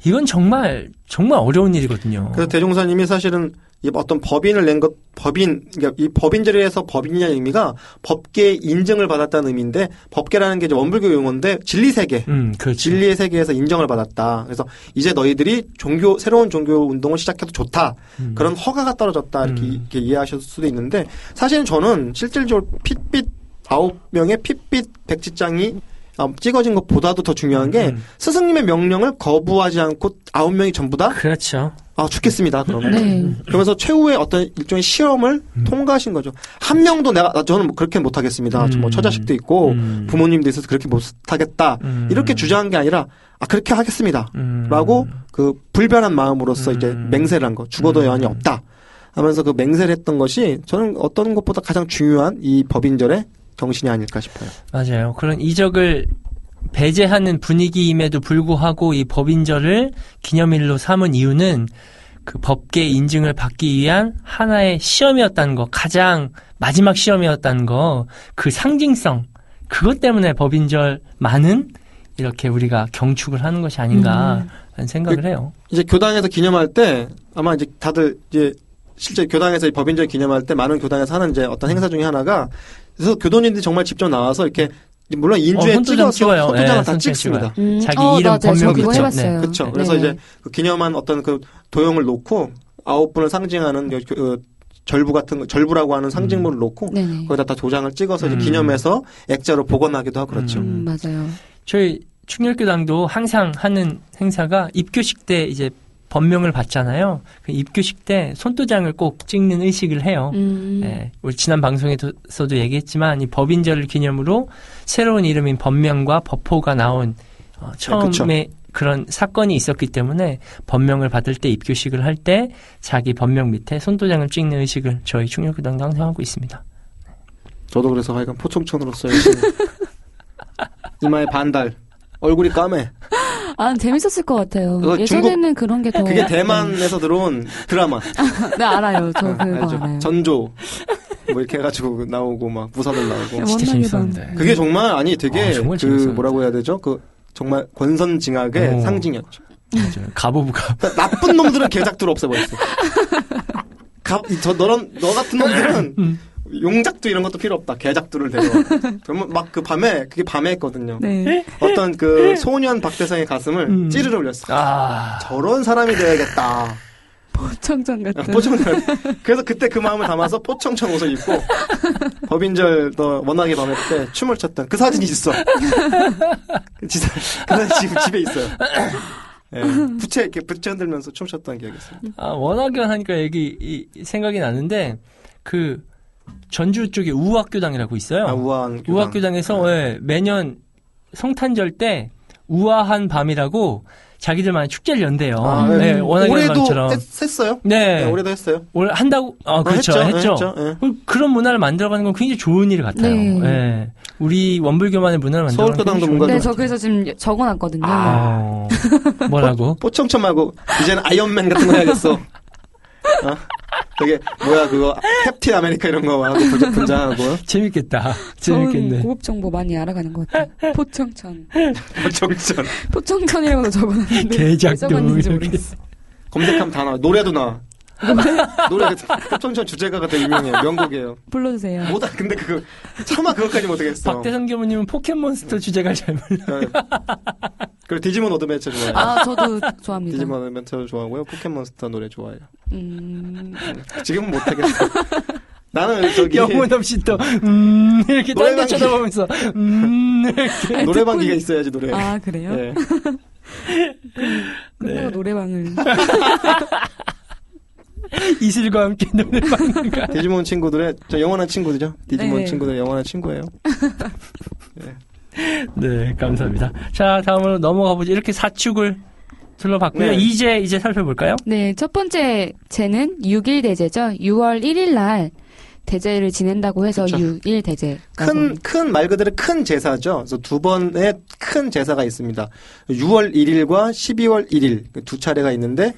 이건 정말, 정말 어려운 일이거든요.
그래서 대종사님이 사실은 이 어떤 법인을 낸 것, 법인, 그러니까 이 법인절에서 법인이라는 의미가 법계의 인정을 받았다는 의미인데 법계라는 게 이제 원불교 용어인데 진리세계,
음, 그렇죠.
진리의 세계에서 인정을 받았다. 그래서 이제 너희들이 종교, 새로운 종교 운동을 시작해도 좋다.
음.
그런 허가가 떨어졌다. 이렇게,
음.
이렇게 이해하실 수도 있는데 사실은 저는 실질적으로 핏빛 아홉 명의 핏빛 백지장이 아, 찍어진 것보다도 더 중요한 게
음.
스승님의 명령을 거부하지 않고 아홉 명이 전부 다
그렇죠.
아, 죽겠습니다. 그러면.
네.
그러면서 최후의 어떤 일종의 시험을
음.
통과하신 거죠. 한 명도 내가 나 저는 그렇게 못 하겠습니다. 뭐
음.
처자식도 있고
음.
부모님도 있어서 그렇게 못 하겠다.
음.
이렇게 주장한 게 아니라 아 그렇게 하겠습니다.
음.
라고 그 불변한 마음으로서
음.
이제 맹세를 한 거. 죽어도
음.
여한이 없다. 하면서 그 맹세를 했던 것이 저는 어떤 것보다 가장 중요한 이 법인절의 정신이 아닐까 싶어요.
맞아요. 그런 이적을 배제하는 분위기임에도 불구하고 이 법인절을 기념일로 삼은 이유는 그 법계 인증을 받기 위한 하나의 시험이었다는 거, 가장 마지막 시험이었다는 거, 그 상징성, 그것 때문에 법인절만은 이렇게 우리가 경축을 하는 것이 아닌가
음.
하는
그
생각을 해요.
이제 교당에서 기념할 때 아마 이제 다들 이제 실제 교당에서 이 법인절 기념할 때 많은 교당에서 하는 이제 어떤 행사 중에 하나가 그래서 교도님들이 정말 직접 나와서 이렇게 물론 인주에
어, 손도 좀
찍어서
찍어요.
손도장을
예,
다
손도 좀
찍습니다.
찍어요.
음,
자기
어,
이름
맞아요. 저
법명
그거
그쵸?
해봤어요.
그쵸
네.
그래서 이제 그 기념한 어떤 그 도형을 놓고 아홉 분을 상징하는 그, 그 절부 같은 거, 절부라고 하는 상징물을 놓고
네네.
거기다 다 도장을 찍어서 이제
음.
기념해서 액자로 복원하기도 하고 그렇죠.
음, 맞아요.
저희 충렬교당도 항상 하는 행사가 입교식 때 이제 법명을 받잖아요. 그 입교식 때 손도장을 꼭 찍는 의식을 해요.
음.
예, 우리 지난 방송에서도 얘기했지만 이 법인절을 기념으로 새로운 이름인 법명과 법호가 나온 어, 처음에 그런 사건이 있었기 때문에 법명을 받을 때 입교식을 할 때 자기 법명 밑에 손도장을 찍는 의식을 저희 충렬교당도 항상 하고 있습니다.
저도 그래서 하여간 포청천으로서 열심히 이마에 반달 얼굴이 까매
아, 재밌었을 것 같아요.
그거
예전에는 그런 게 더.
그게 대만에서 들어온 드라마
네, 알아요. 저
어,
아,
그거
알죠.
알아요.
전조 뭐 이렇게 해가지고 나오고 막 부사들 나오고
원나게
진짜 재밌었는데.
방-
그게 정말 아니 되게
아, 정말
그
재밌어요.
뭐라고 해야 되죠 그 정말 권선징악의
오.
상징이었죠
맞아요. 가보부가
그러니까 나쁜 놈들은 개작두를 없애버렸어 가, 이- 저 너런 너 같은 놈들은 용작두 이런 것도 필요 없다 개작두를 데려와 그러면 막 그 밤에 그게 밤에 했거든요
네.
어떤 그 소년 박대성의 가슴을
음.
찌르르 올렸어
아
저런 사람이 돼야겠다
보청장
아,
같은.
포청천. 그래서 그때 그 마음을 담아서 포청천 옷을 입고 법인절 너 워낙에 밤에 때 춤을 췄던 그 사진이 있어. 그 지사- 그 사진 지금 집에 있어요. 예, 부채 이렇게 부채 흔들면서 춤췄던 기억이 있어요.
아, 워낙연 하니까 얘기 이- 이 생각이 나는데 그 전주 쪽에 우학교당이라고 있어요.
아, 우아한 교당. 네.
우학교당에서 예, 매년 성탄절 때 우아한 밤이라고 자기들만 축제를 연대요.
아,
예,
네.
워낙연
올해도
방처럼.
했, 했어요.
네.
네, 올해도 했어요.
올 한다고 아
아,
그렇죠
했죠,
했죠.
했죠, 예.
그- 그런 문화를 만들어가는 건 굉장히 좋은 일 같아요.
네.
예. 우리 원불교만의 문화를 만들어.
서울교당도 뭔가
네, 저 그래서 지금 적어놨거든요.
아
네.
뭐라고?
포청천 말고 이제는 아이언맨 같은 거 해야겠어. 어? 되게 뭐야 그거 캡틴 아메리카 이런 거 말하고 뭐? 분장하고
재밌겠다.
좋은
재밌겠네.
고급 정보 많이 알아가는 것 같아요. 포청천.
정전
포청천이라고 적어놨는데 왜
대작도
적었는지
이렇게.
모르겠어.
검색하면 다 나와 노래도 나와 노래 합성전 주제가가 되게 유명해요 명곡이에요
불러주세요.
뭐다 근데 그거 차마 그것까지 못하겠어
박대성 교무님은 포켓몬스터 주제가 잘 몰라.
네. 그리고 디지몬 어드벤처 좋아해요
아 저도 좋아합니다.
디지몬 어드벤처 좋아하고요 포켓몬스터 노래 좋아해요
음,
지금은 못하겠어 나는 저기
영혼 없이 또, 음, 이렇게 딴 데
노래방
쳐다보면서, 음, 이렇게.
노래방기가 있어야지
네.
노래
아 그래요?
예.
끝나고
네.
노래방을
이슬과 함께 노래방 가.
디지몬 친구들의 저 영원한 친구들죠 디지몬
네.
친구들 영원한 친구예요
네, 감사합니다. 자, 다음으로 넘어가보죠. 이렇게 사축을 둘러봤고요.
네.
이제, 이제 살펴볼까요?
네, 첫 번째 제는 6일 대제죠. 6월 1일 날 대제를 지낸다고 해서
그쵸.
6일 대제.
큰
네.
큰 말 그대로 큰 제사죠. 그래서 두 번의 큰 제사가 있습니다. 6월 1일과 12월 1일 그두 차례가 있는데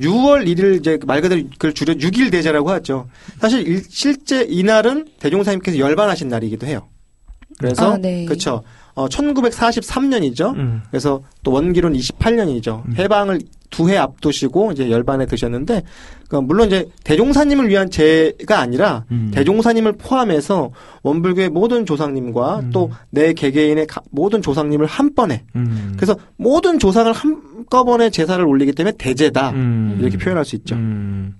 6월 1일 이제 말 그대로 그걸 줄여 6일 대제라고 하죠. 사실 일- 실제 이날은 대종사님께서 열반하신 날이기도 해요. 그래서
아, 네.
그렇죠. 1943년이죠.
음.
그래서 또 원기론 28년이죠. 해방을 두 해 앞두시고 이제 열반에 드셨는데 그러니까 물론 이제 대종사님을 위한 제가 아니라
음.
대종사님을 포함해서 원불교의 모든 조상님과
음.
또 내 개개인의 가- 모든 조상님을 한 번에
음.
그래서 모든 조상을 한꺼번에 제사를 올리기 때문에 대제다
음.
이렇게 표현할 수 있죠.
음.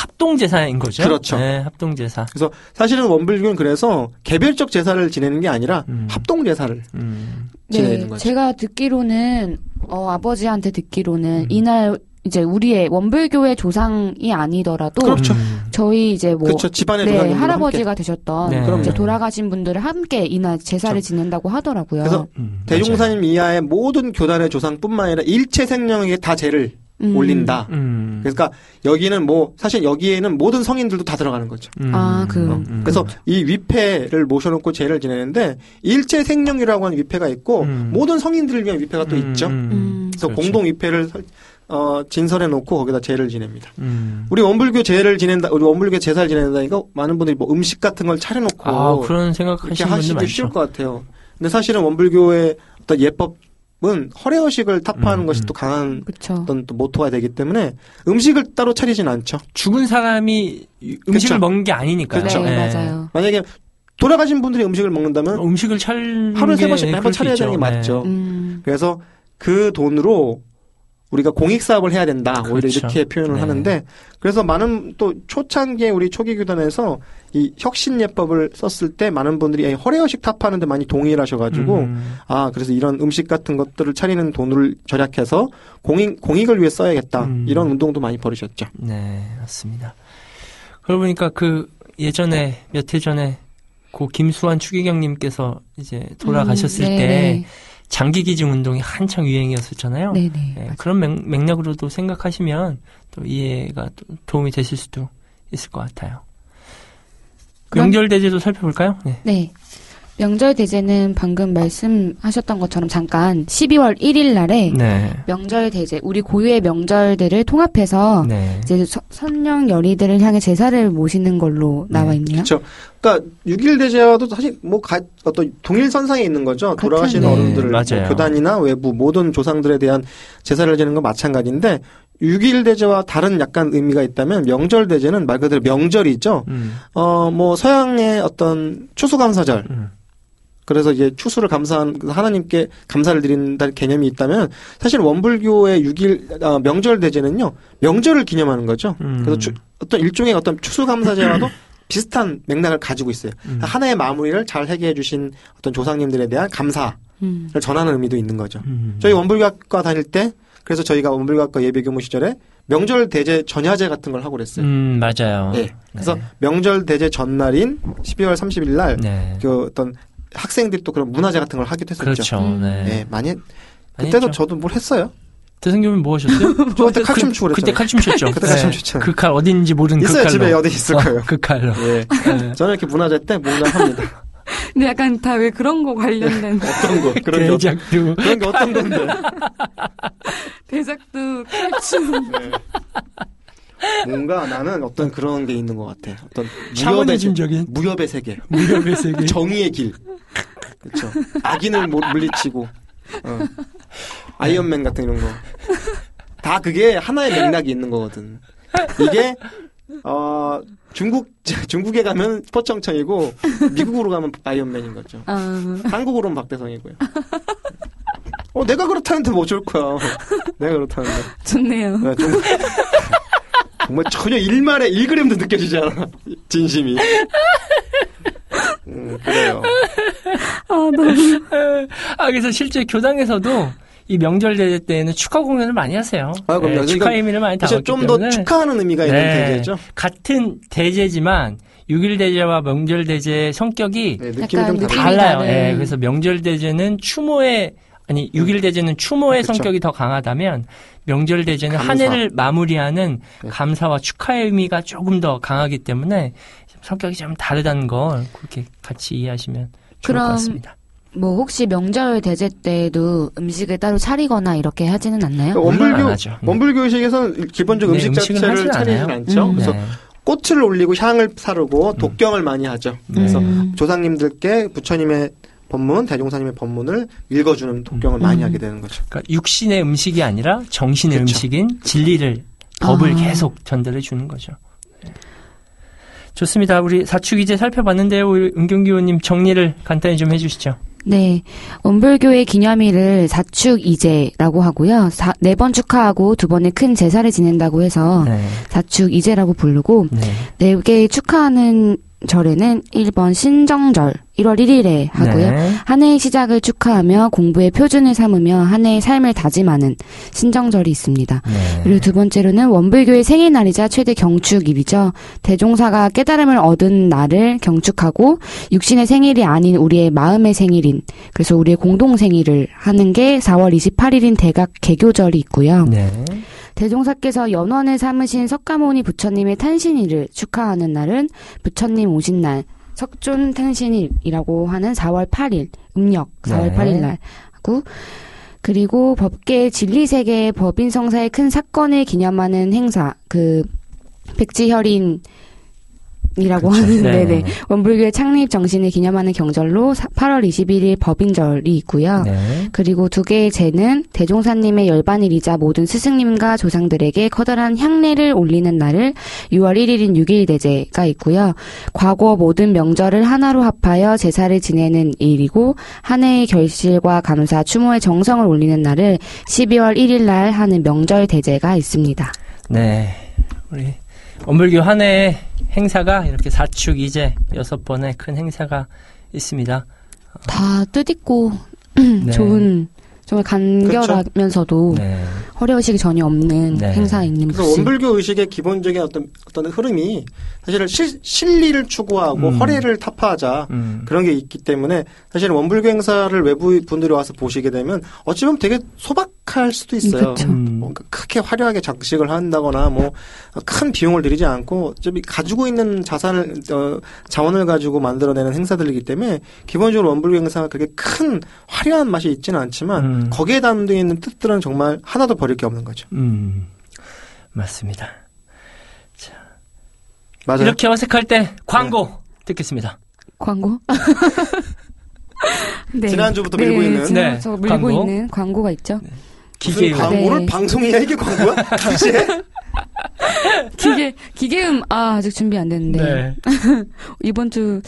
합동제사인 거죠?
그렇죠.
네, 합동제사.
그래서 사실은 원불교는 그래서 개별적 제사를 지내는 게 아니라
음.
합동 제사를
음.
지내는
네,
거죠.
제가 듣기로는 어, 아버지한테 듣기로는
음.
이날 이제 우리의 원불교의 조상이 아니더라도
그렇죠.
음.
저희 이제 뭐
그렇죠. 집안의
네,
조상님들 함께.
할아버지가 되셨던
네.
이제
그럼요.
돌아가신 분들을 함께 이날 제사를
그렇죠.
지낸다고 하더라고요.
그래서
음,
대종사님 이하의 모든 교단의 조상뿐만 아니라 일체 생명에게 다 제를
음.
올린다.
맞아요. 음.
그러니까 여기는 뭐 사실 여기에는 모든 성인들도 다 들어가는 거죠.
음.
아, 그-
어,
음.
그래서 이 위패를 모셔놓고 제를 지내는데 일체 생령이라고 하는 위패가 있고
음.
모든 성인들을 위한 위패가 또
음,
있죠.
음.
그래서
그렇죠.
공동 위패를 설- 어, 진설해놓고 거기다 제를 지냅니다.
음.
우리 원불교 제를 지낸다, 우리 원불교 제사를 지낸다니까 많은 분들이 뭐 음식 같은 걸 차려놓고
아, 그런
이렇게
생각하시는 분들
하시기
많죠.
쉬울 것 같아요. 근데 사실은 원불교의 어떤 예법은 허례허식을 타파하는
음,
것이
음.
또 강한
그렇죠.
어떤 또 모토가 되기 때문에 음식을 따로 차리진 않죠.
죽은 사람이
그쵸.
음식을 먹는 게 아니니까요.
그렇죠.
네,
예.
맞아요.
만약에 돌아가신 분들이 음식을 먹는다면
음식을 차리는
하루에 세
게
번씩 매번
그럴 수
차려야 되는 게
있죠. 네.
맞죠.
음.
그래서 그 돈으로 우리가 공익 사업을 해야 된다. 오히려
그렇죠.
이렇게 표현을
네.
하는데 그래서 많은 또 초창기에 우리 초기 교단에서 이 혁신 예법을 썼을 때 많은 분들이 아니, 허례허식 탑하는데 많이 동의를 하셔가지고
음.
아 그래서 이런 음식 같은 것들을 차리는 돈을 절약해서 공익 공익을 위해 써야겠다
음.
이런 운동도 많이 벌이셨죠.
네, 맞습니다. 그러고 보니까 그 예전에 몇 해 전에 고 김수환 추기경님께서 이제 돌아가셨을
음,
때
네,
장기기증 운동이 한창 유행이었었잖아요.
네, 네,
예,
네.
그런 맥, 맥락으로도 생각하시면 또 이해가 또 도움이 되실 수도 있을 것 같아요.
그럼-
명절 대제도 살펴볼까요? 네.
네. 명절 대제는 방금 말씀하셨던 것처럼 잠깐 12월 1일 날에
네.
명절 대제, 우리 고유의 명절들을 통합해서
네.
어. 이제 서- 선령 열이들을 향해 제사를 모시는 걸로 나와
네,
있네요.
그쵸. 그러니까 6일 대제와도 사실 뭐 가- 어떤 동일 선상에 있는 거죠. 돌아가신
같은, 네.
어른들을 뭐
맞아요.
교단이나 외부 모든 조상들에 대한 제사를 지는 건 마찬가지인데 6일 대제와 다른 약간 의미가 있다면 명절 대제는 말 그대로 명절이죠.
음,
어 뭐 서양의 어떤 추수감사절
음.
그래서 이제 추수를 감사한 그래서 하나님께 감사를 드린다는 개념이 있다면 사실 원불교의 6일 아, 명절 대제는요 명절을 기념하는 거죠.
음.
그래서 추- 어떤 일종의 어떤 추수감사제와도 비슷한 맥락을 가지고 있어요.
음.
하나의 마무리를 잘 해결해 주신 어떤 조상님들에 대한 감사를
음.
전하는 의미도 있는 거죠.
음.
저희 원불교학과 다닐 때 그래서 저희가 원불교학과 예비교무 시절에 명절 대제 전야제 같은 걸 하고 그랬어요.
음, 네. 맞아요.
예. 그래서 명절 대제 전날인 12월 30일 날 그
네.
어떤 학생들이 또 그런 문화제 같은 걸 하기도 했었죠.
그렇죠.
음.
네.
예, 많이
아니,
그때도
저-
저도 뭘 했어요.
대승교민 뭐 하셨어요?
저 그때 칼춤 추고
그때
그랬잖아요.
칼춤 췄죠.
그때 칼춤 췄잖아요.
그 칼 어딘지 모르는 그
있어요
칼로.
집에 어디 있을
어,
거예요.
그 칼로.
예.
네.
저는 이렇게 문화제 때 뭔가 합니다.
근데 약간 다 왜 그런 거 관련된
어떤 거 그런 게 어떤
대작두.
그런 게 어떤 건데.
대작도 칼춤.
네. 뭔가 나는 어떤 그런 게 있는 것 같아. 어떤 무협의 세-
샤머니즘적인
무협의 세계,
무협의 세계.
그 정의의 길. 그렇죠. 악인을 몰- 물리치고 어. 아이언맨 같은 이런 거. 다 그게 하나의 맥락이 있는 거거든. 이게 어, 중국 중국에 가면 스포청청이고 미국으로 가면 아이언맨인 거죠.
아,
한국으로는 박대성이고요. 어, 내가 그렇다는데 뭐 어쩔 거야. 내가 그렇다는데.
좋네요.
네, 정말, 정말 전혀 일말에 1그램도 느껴지지 않아. 진심이. 음, 그래요.
아, 너무.
아, 그래서 실제 교당에서도 이 명절 대회 때에는 축하 공연을 많이 하세요. 네,
아, 그럼요. 그러니까
축하 의미를 많이
사실
담았기
좀 더
때문에
축하하는 의미가 있는
네.
대제죠.
같은 대제지만 6일 대제와 명절 대제의 성격이
네, 느낌이 좀
약간
다르
느낌이
달라요.
다른.
예, 그래서 명절 대제는 추모의 아니 6일 대제는 추모의
아, 그쵸.
성격이 더 강하다면 명절 대제는 한
감사.
해를 마무리하는
네.
감사와 축하의 의미가 조금 더 강하기 때문에 성격이 좀 다르다는 걸 그렇게 같이 이해하시면 좋을 것
그럼
같습니다.
뭐 혹시 명절 대제 때에도 음식을 따로 차리거나 이렇게 하지는 않나요?
물론 안
원불교,
하죠. 네.
원불교식에서는 기본적
네,
음식
음식은
자체를
하진
차리진
않아요.
않죠.
음.
그래서
네. 음.
꽃을 올리고 향을 사르고 독경을 많이 하죠. 그래서
네.
음.
조상님들께 부처님의 법문, 대종사님의 법문을 읽어주는 독경을 많이
음.
하게 되는 거죠.
그러니까 육신의 음식이 아니라 정신의
그쵸.
음식인 진리를 법을
아.
계속 전달해 주는 거죠. 네. 좋습니다. 우리 사축이제 살펴봤는데요. 우리 은경기 의원님 정리를 간단히 좀 해주시죠.
네. 원불교의 기념일을 사축이제라고 하고요. 네 번 축하하고 두 번의 큰 제사를 지낸다고 해서
네.
사축이제라고 부르고
네.
네 개 축하하는 절에는 1번 신정절 1월 1일에 하고요.
네.
한 해의 시작을 축하하며 공부의 표준을 삼으며 한 해의 삶을 다짐하는 신정절이 있습니다.
네.
그리고 두 번째로는 원불교의 생일날이자 최대 경축일이죠. 대종사가 깨달음을 얻은 날을 경축하고 육신의 생일이 아닌 우리의 마음의 생일인 그래서 우리의 공동 생일을 하는 게 4월 28일인 대각 개교절이 있고요.
네.
대종사께서 연원을 삼으신 석가모니 부처님의 탄신일을 축하하는 날은 부처님 오신 날 석존 탄신일이라고 하는 4월 8일 음력 4월
네.
8일 날 하고 그리고 법계 진리 세계 법인 성사의 큰 사건을 기념하는 행사 그 백지혈인이라고 하는
네.
네네 원불교의 창립 정신을 기념하는 경절로 사- 8월 21일 법인절이 있고요.
네.
그리고 두 개의 제는 대종사님의 열반일이자 모든 스승님과 조상들에게 커다란 향례를 올리는 날을 6월 1일인 6일 대제가 있고요. 과거 모든 명절을 하나로 합하여 제사를 지내는 일이고 한 해의 결실과 감사, 추모의 정성을 올리는 날을 12월 1일 날 하는 명절 대제가 있습니다.
네. 우리 원불교 한 해의 행사가 이렇게 사축 이제 여섯 번의 큰 행사가 있습니다.
다 뜻있고
네.
음, 좋은 정말 간결하면서도
네.
허례의식이 전혀 없는
네.
행사인
그래서
곳이
원불교 의식의 기본적인 어떤 어떤 흐름이 사실은 실, 실리를 추구하고
음.
허례를 타파하자
음.
그런 게 있기 때문에 사실은 원불교 행사를 외부 분들이 와서 보시게 되면 어찌 보면 되게 소박할 수도 있어요.
그쵸.
음.
뭔가 뭐 크게 화려하게 장식을 한다거나 뭐 큰 비용을 들이지 않고 좀 가지고 있는 자산을 어, 자원을 가지고 만들어내는 행사들이기 때문에 기본적으로 원불교 행사가 그렇게 큰 화려한 맛이 있지는 않지만
음.
거기에 담겨 있는 뜻들은 정말 하나도 버릴 게 없는 거죠.
음. 맞습니다.
맞아요. 네.
이렇게 어색할 때 광고 듣겠습니다.
광고?
네.
지난주부터
네,
밀고 있는
지금
네,
저 밀고
광고. 네.
있는 광고가 있죠.
무슨
기계 광...
광고를
네.
방송이야 이게 광고야? 기재?
기계,
기계음 아 아직 준비 안 됐는데
네.
이번 주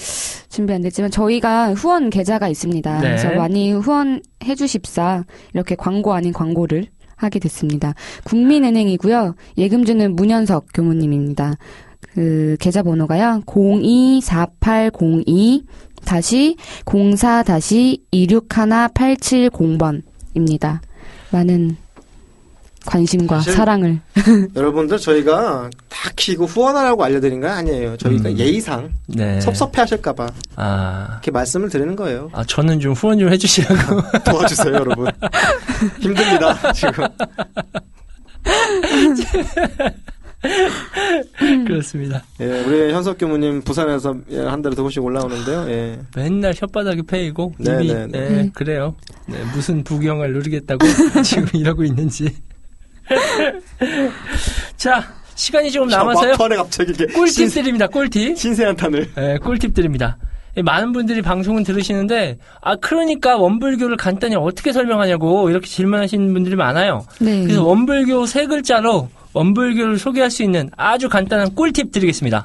준비 안 됐지만 저희가 후원 계좌가 있습니다.
네.
그래서 많이 후원해 주십사 이렇게 광고 아닌 광고를 하게 됐습니다. 국민은행이고요. 예금주는 문현석 교무님입니다. 그 계좌 번호가요. 024802 다시 04 다시 261870번입니다. 많은 관심과
사실-
사랑을
여러분들 저희가 다 키고 후원하라고 알려드린 건 아니에요. 저희가
음.
예의상
네.
섭섭해하실까봐
아.
이렇게 말씀을 드리는 거예요.
아, 저는 좀 후원 좀 해주시라고.
도와주세요, 여러분. 힘듭니다 지금.
그렇습니다.
예, 우리 현석 교무님 부산에서 예, 한 달에 두 번씩 올라오는데요. 예.
맨날 혓바닥이 패이고,
네,
입이,
네, 네.
네, 그래요. 네, 무슨 부경을 누리겠다고 지금 이러고 있는지. 자, 시간이 조금 남아서요.
막판에 갑자기 이게
꿀팁
신세,
드립니다. 꿀팁.
신세한 탄을.
예, 꿀팁 드립니다. 예, 많은 분들이 방송은 들으시는데 아 그러니까 원불교를 간단히 어떻게 설명하냐고 이렇게 질문하시는 분들이 많아요.
네.
그래서 원불교 세 글자로 원불교를 소개할 수 있는 아주 간단한 꿀팁 드리겠습니다.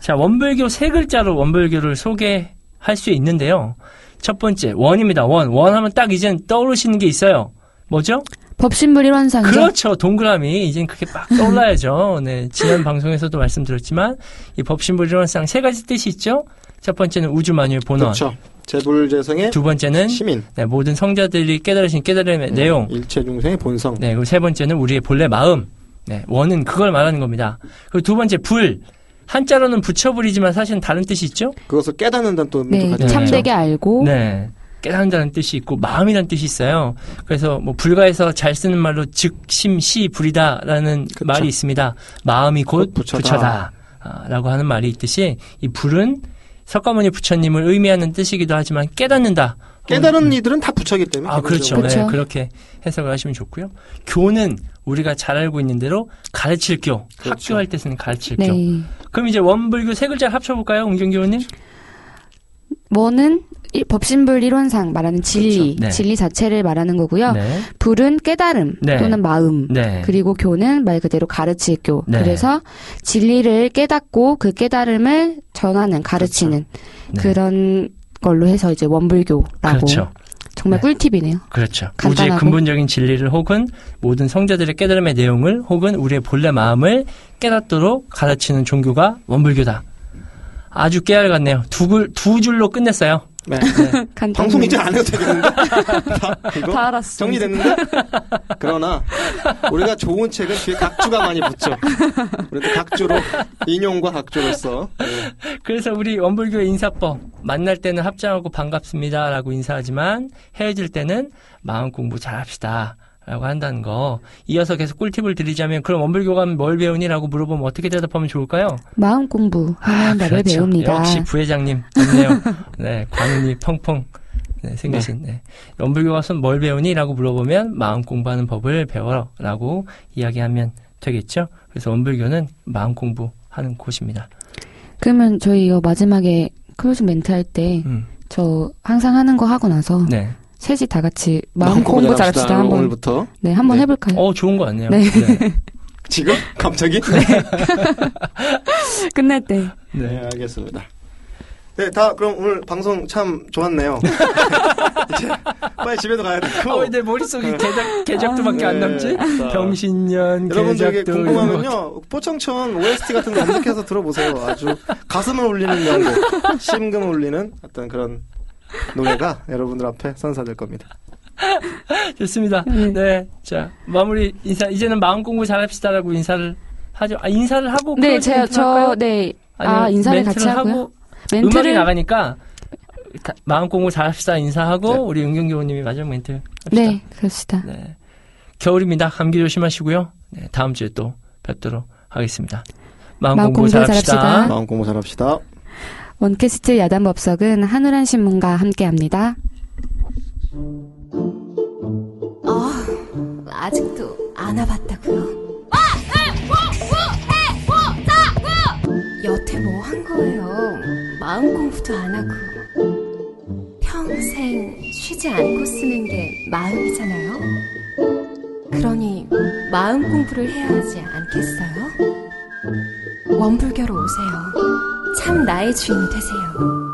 자, 원불교 세 글자로 원불교를 소개할 수 있는데요. 첫 번째, 원입니다. 원. 원 하면 딱 이젠 떠오르시는 게 있어요. 뭐죠?
법신불 일원상정.
그렇죠. 동그라미. 이젠 그게 막 떠올라야죠. 네. 지난 방송에서도 말씀드렸지만, 이 법신불일원상 세 가지 뜻이 있죠. 첫 번째는 우주만유의 본원.
그렇죠. 재불재성의
두 번째는
시민. 네.
네, 모든 성자들이 깨달으신 깨달음의 내용.
일체 중생의 본성.
네, 그리고 세 번째는 우리의 본래 마음. 네, 원은 그걸 말하는 겁니다. 그리고 두 번째 불. 한자로는 부처불이지만 사실은 다른 뜻이 있죠?
그것을 깨닫는다는 또
네,
가장
참되게 알고.
네. 깨닫는다는 뜻이 있고 마음이라는 뜻이 있어요. 그래서 뭐 불가에서 잘 쓰는 말로 즉심시 불이다라는
그쵸. 어,
말이 있습니다. 마음이 곧
곧 부처다.
부처다. 아, 라고 하는 말이 있듯이 이 불은 석가모니 부처님을 의미하는 뜻이기도 하지만 깨닫는다.
깨달은 이들은 다 부처기
음.
때문에.
아, 그렇죠.
기본적으로.
네,
그렇죠.
그렇게 해석을 하시면 좋고요. 교는 우리가 잘 알고 있는 대로 가르칠 교.
그렇죠.
학교할 때 쓰는 가르칠
네.
교. 그럼 이제 원불교 세 글자를 합쳐볼까요, 웅경교님?
뭐는 일- 법신불 일원상 말하는 진리,
그렇죠. 네.
진리 자체를 말하는 거고요.
네.
불은 깨달음
네.
또는 마음.
네.
그리고 교는 말 그대로 가르칠 교.
네.
그래서 진리를 깨닫고 그 깨달음을 전하는 가르치는
네.
그런 걸로 해서 이제 원불교라고
그렇죠.
정말
네.
꿀팁이네요.
그렇죠.
간단하고.
우주의 근본적인 진리를 혹은 모든 성자들의 깨달음의 내용을 혹은 우리의 본래 마음을 깨닫도록 가르치는 종교가 원불교다. 아주 깨알 같네요. 두, 글, 두 줄로 끝냈어요.
네.
간단히.
방송 이제 안 해도 되겠는데? 다, 이거?
다 알았어.
정리됐는데? 그러나, 우리가 좋은 책은 뒤에 각주가 많이 붙죠. 그래도 각주로, 인용과 각주로서. 네.
그래서 우리 원불교 인사법 만날 때는 합장하고 반갑습니다라고 인사하지만 헤어질 때는 마음 공부 잘합시다. 라고 한다는 거. 이어서 계속 꿀팁을 드리자면 그럼 원불교가 뭘 배우니라고 물어보면 어떻게 대답하면 좋을까요?
마음 공부 하는 법을
그렇죠.
네, 배웁니다.
역시 부회장님 좋네요. 네, 관운이 펑펑 네, 생기신. 네. 원불교 가서는 뭘 배우니라고 물어보면 마음 공부하는 법을 배워라고 이야기하면 되겠죠. 그래서 원불교는 마음 공부하는 곳입니다.
그러면 저희 이거 마지막에 클로징 멘트 할 때
음,
저 항상 하는 거 하고 나서
네.
셋이 다 같이 마음 공부 잘합시다 한번
오늘부터.
네 한번
네.
해볼까요?
어, 좋은 거 같네요.
네.
네.
지금? 갑자기?
끝날 때
어,
네, 알겠습니다. 네, 다 그럼 오늘 방송 참 좋았네요. 이제 빨리 집에도 가야 되고.
아,
어, 내 머릿속에 개작, 개작두밖에 안
네,
남지?
자,
병신년
여러분들 이게
개작두. 이런
궁금하면요, 포청천 OST 같은 거 검색해서 들어보세요. 아주 가슴을 울리는 명곡, 심금을 울리는 어떤 그런 노래가 여러분들 앞에 선사될 겁니다.
거. 좋습니다. 네. 자, 마무리 인사, 이제는 마음 공부 잘합시다라고 인사를 하죠. 아, 인사를 하고.
네,
클로징
제가
멘트를 할까요?
저네
아니면
아, 인사를
멘트를
같이 하고요?
하고 음악이
멘트를
나가니까 다- 마음 공부 잘합시다 인사하고
네.
우리 은경 교우님이 마지막 멘트 합시다.
네 그럽시다.
네. 겨울입니다. 감기 조심하시고요. 네, 다음 주에 또 뵙도록 하겠습니다. 마음,
마음
공부,
공부
잘합시다.
잘합시다.
마음 공부 잘합시다.
원캐스트 야단법석은 한우란 신문과 함께합니다.
아, 아직도 안 와봤다고요? 여태 뭐 한 거예요? 마음 공부도 안 하고 평생 쉬지 않고 쓰는 게 마음이잖아요. 그러니 마음 공부를 해야 하지 않겠어요? 원불교로 오세요. 참 나의 주인이 되세요.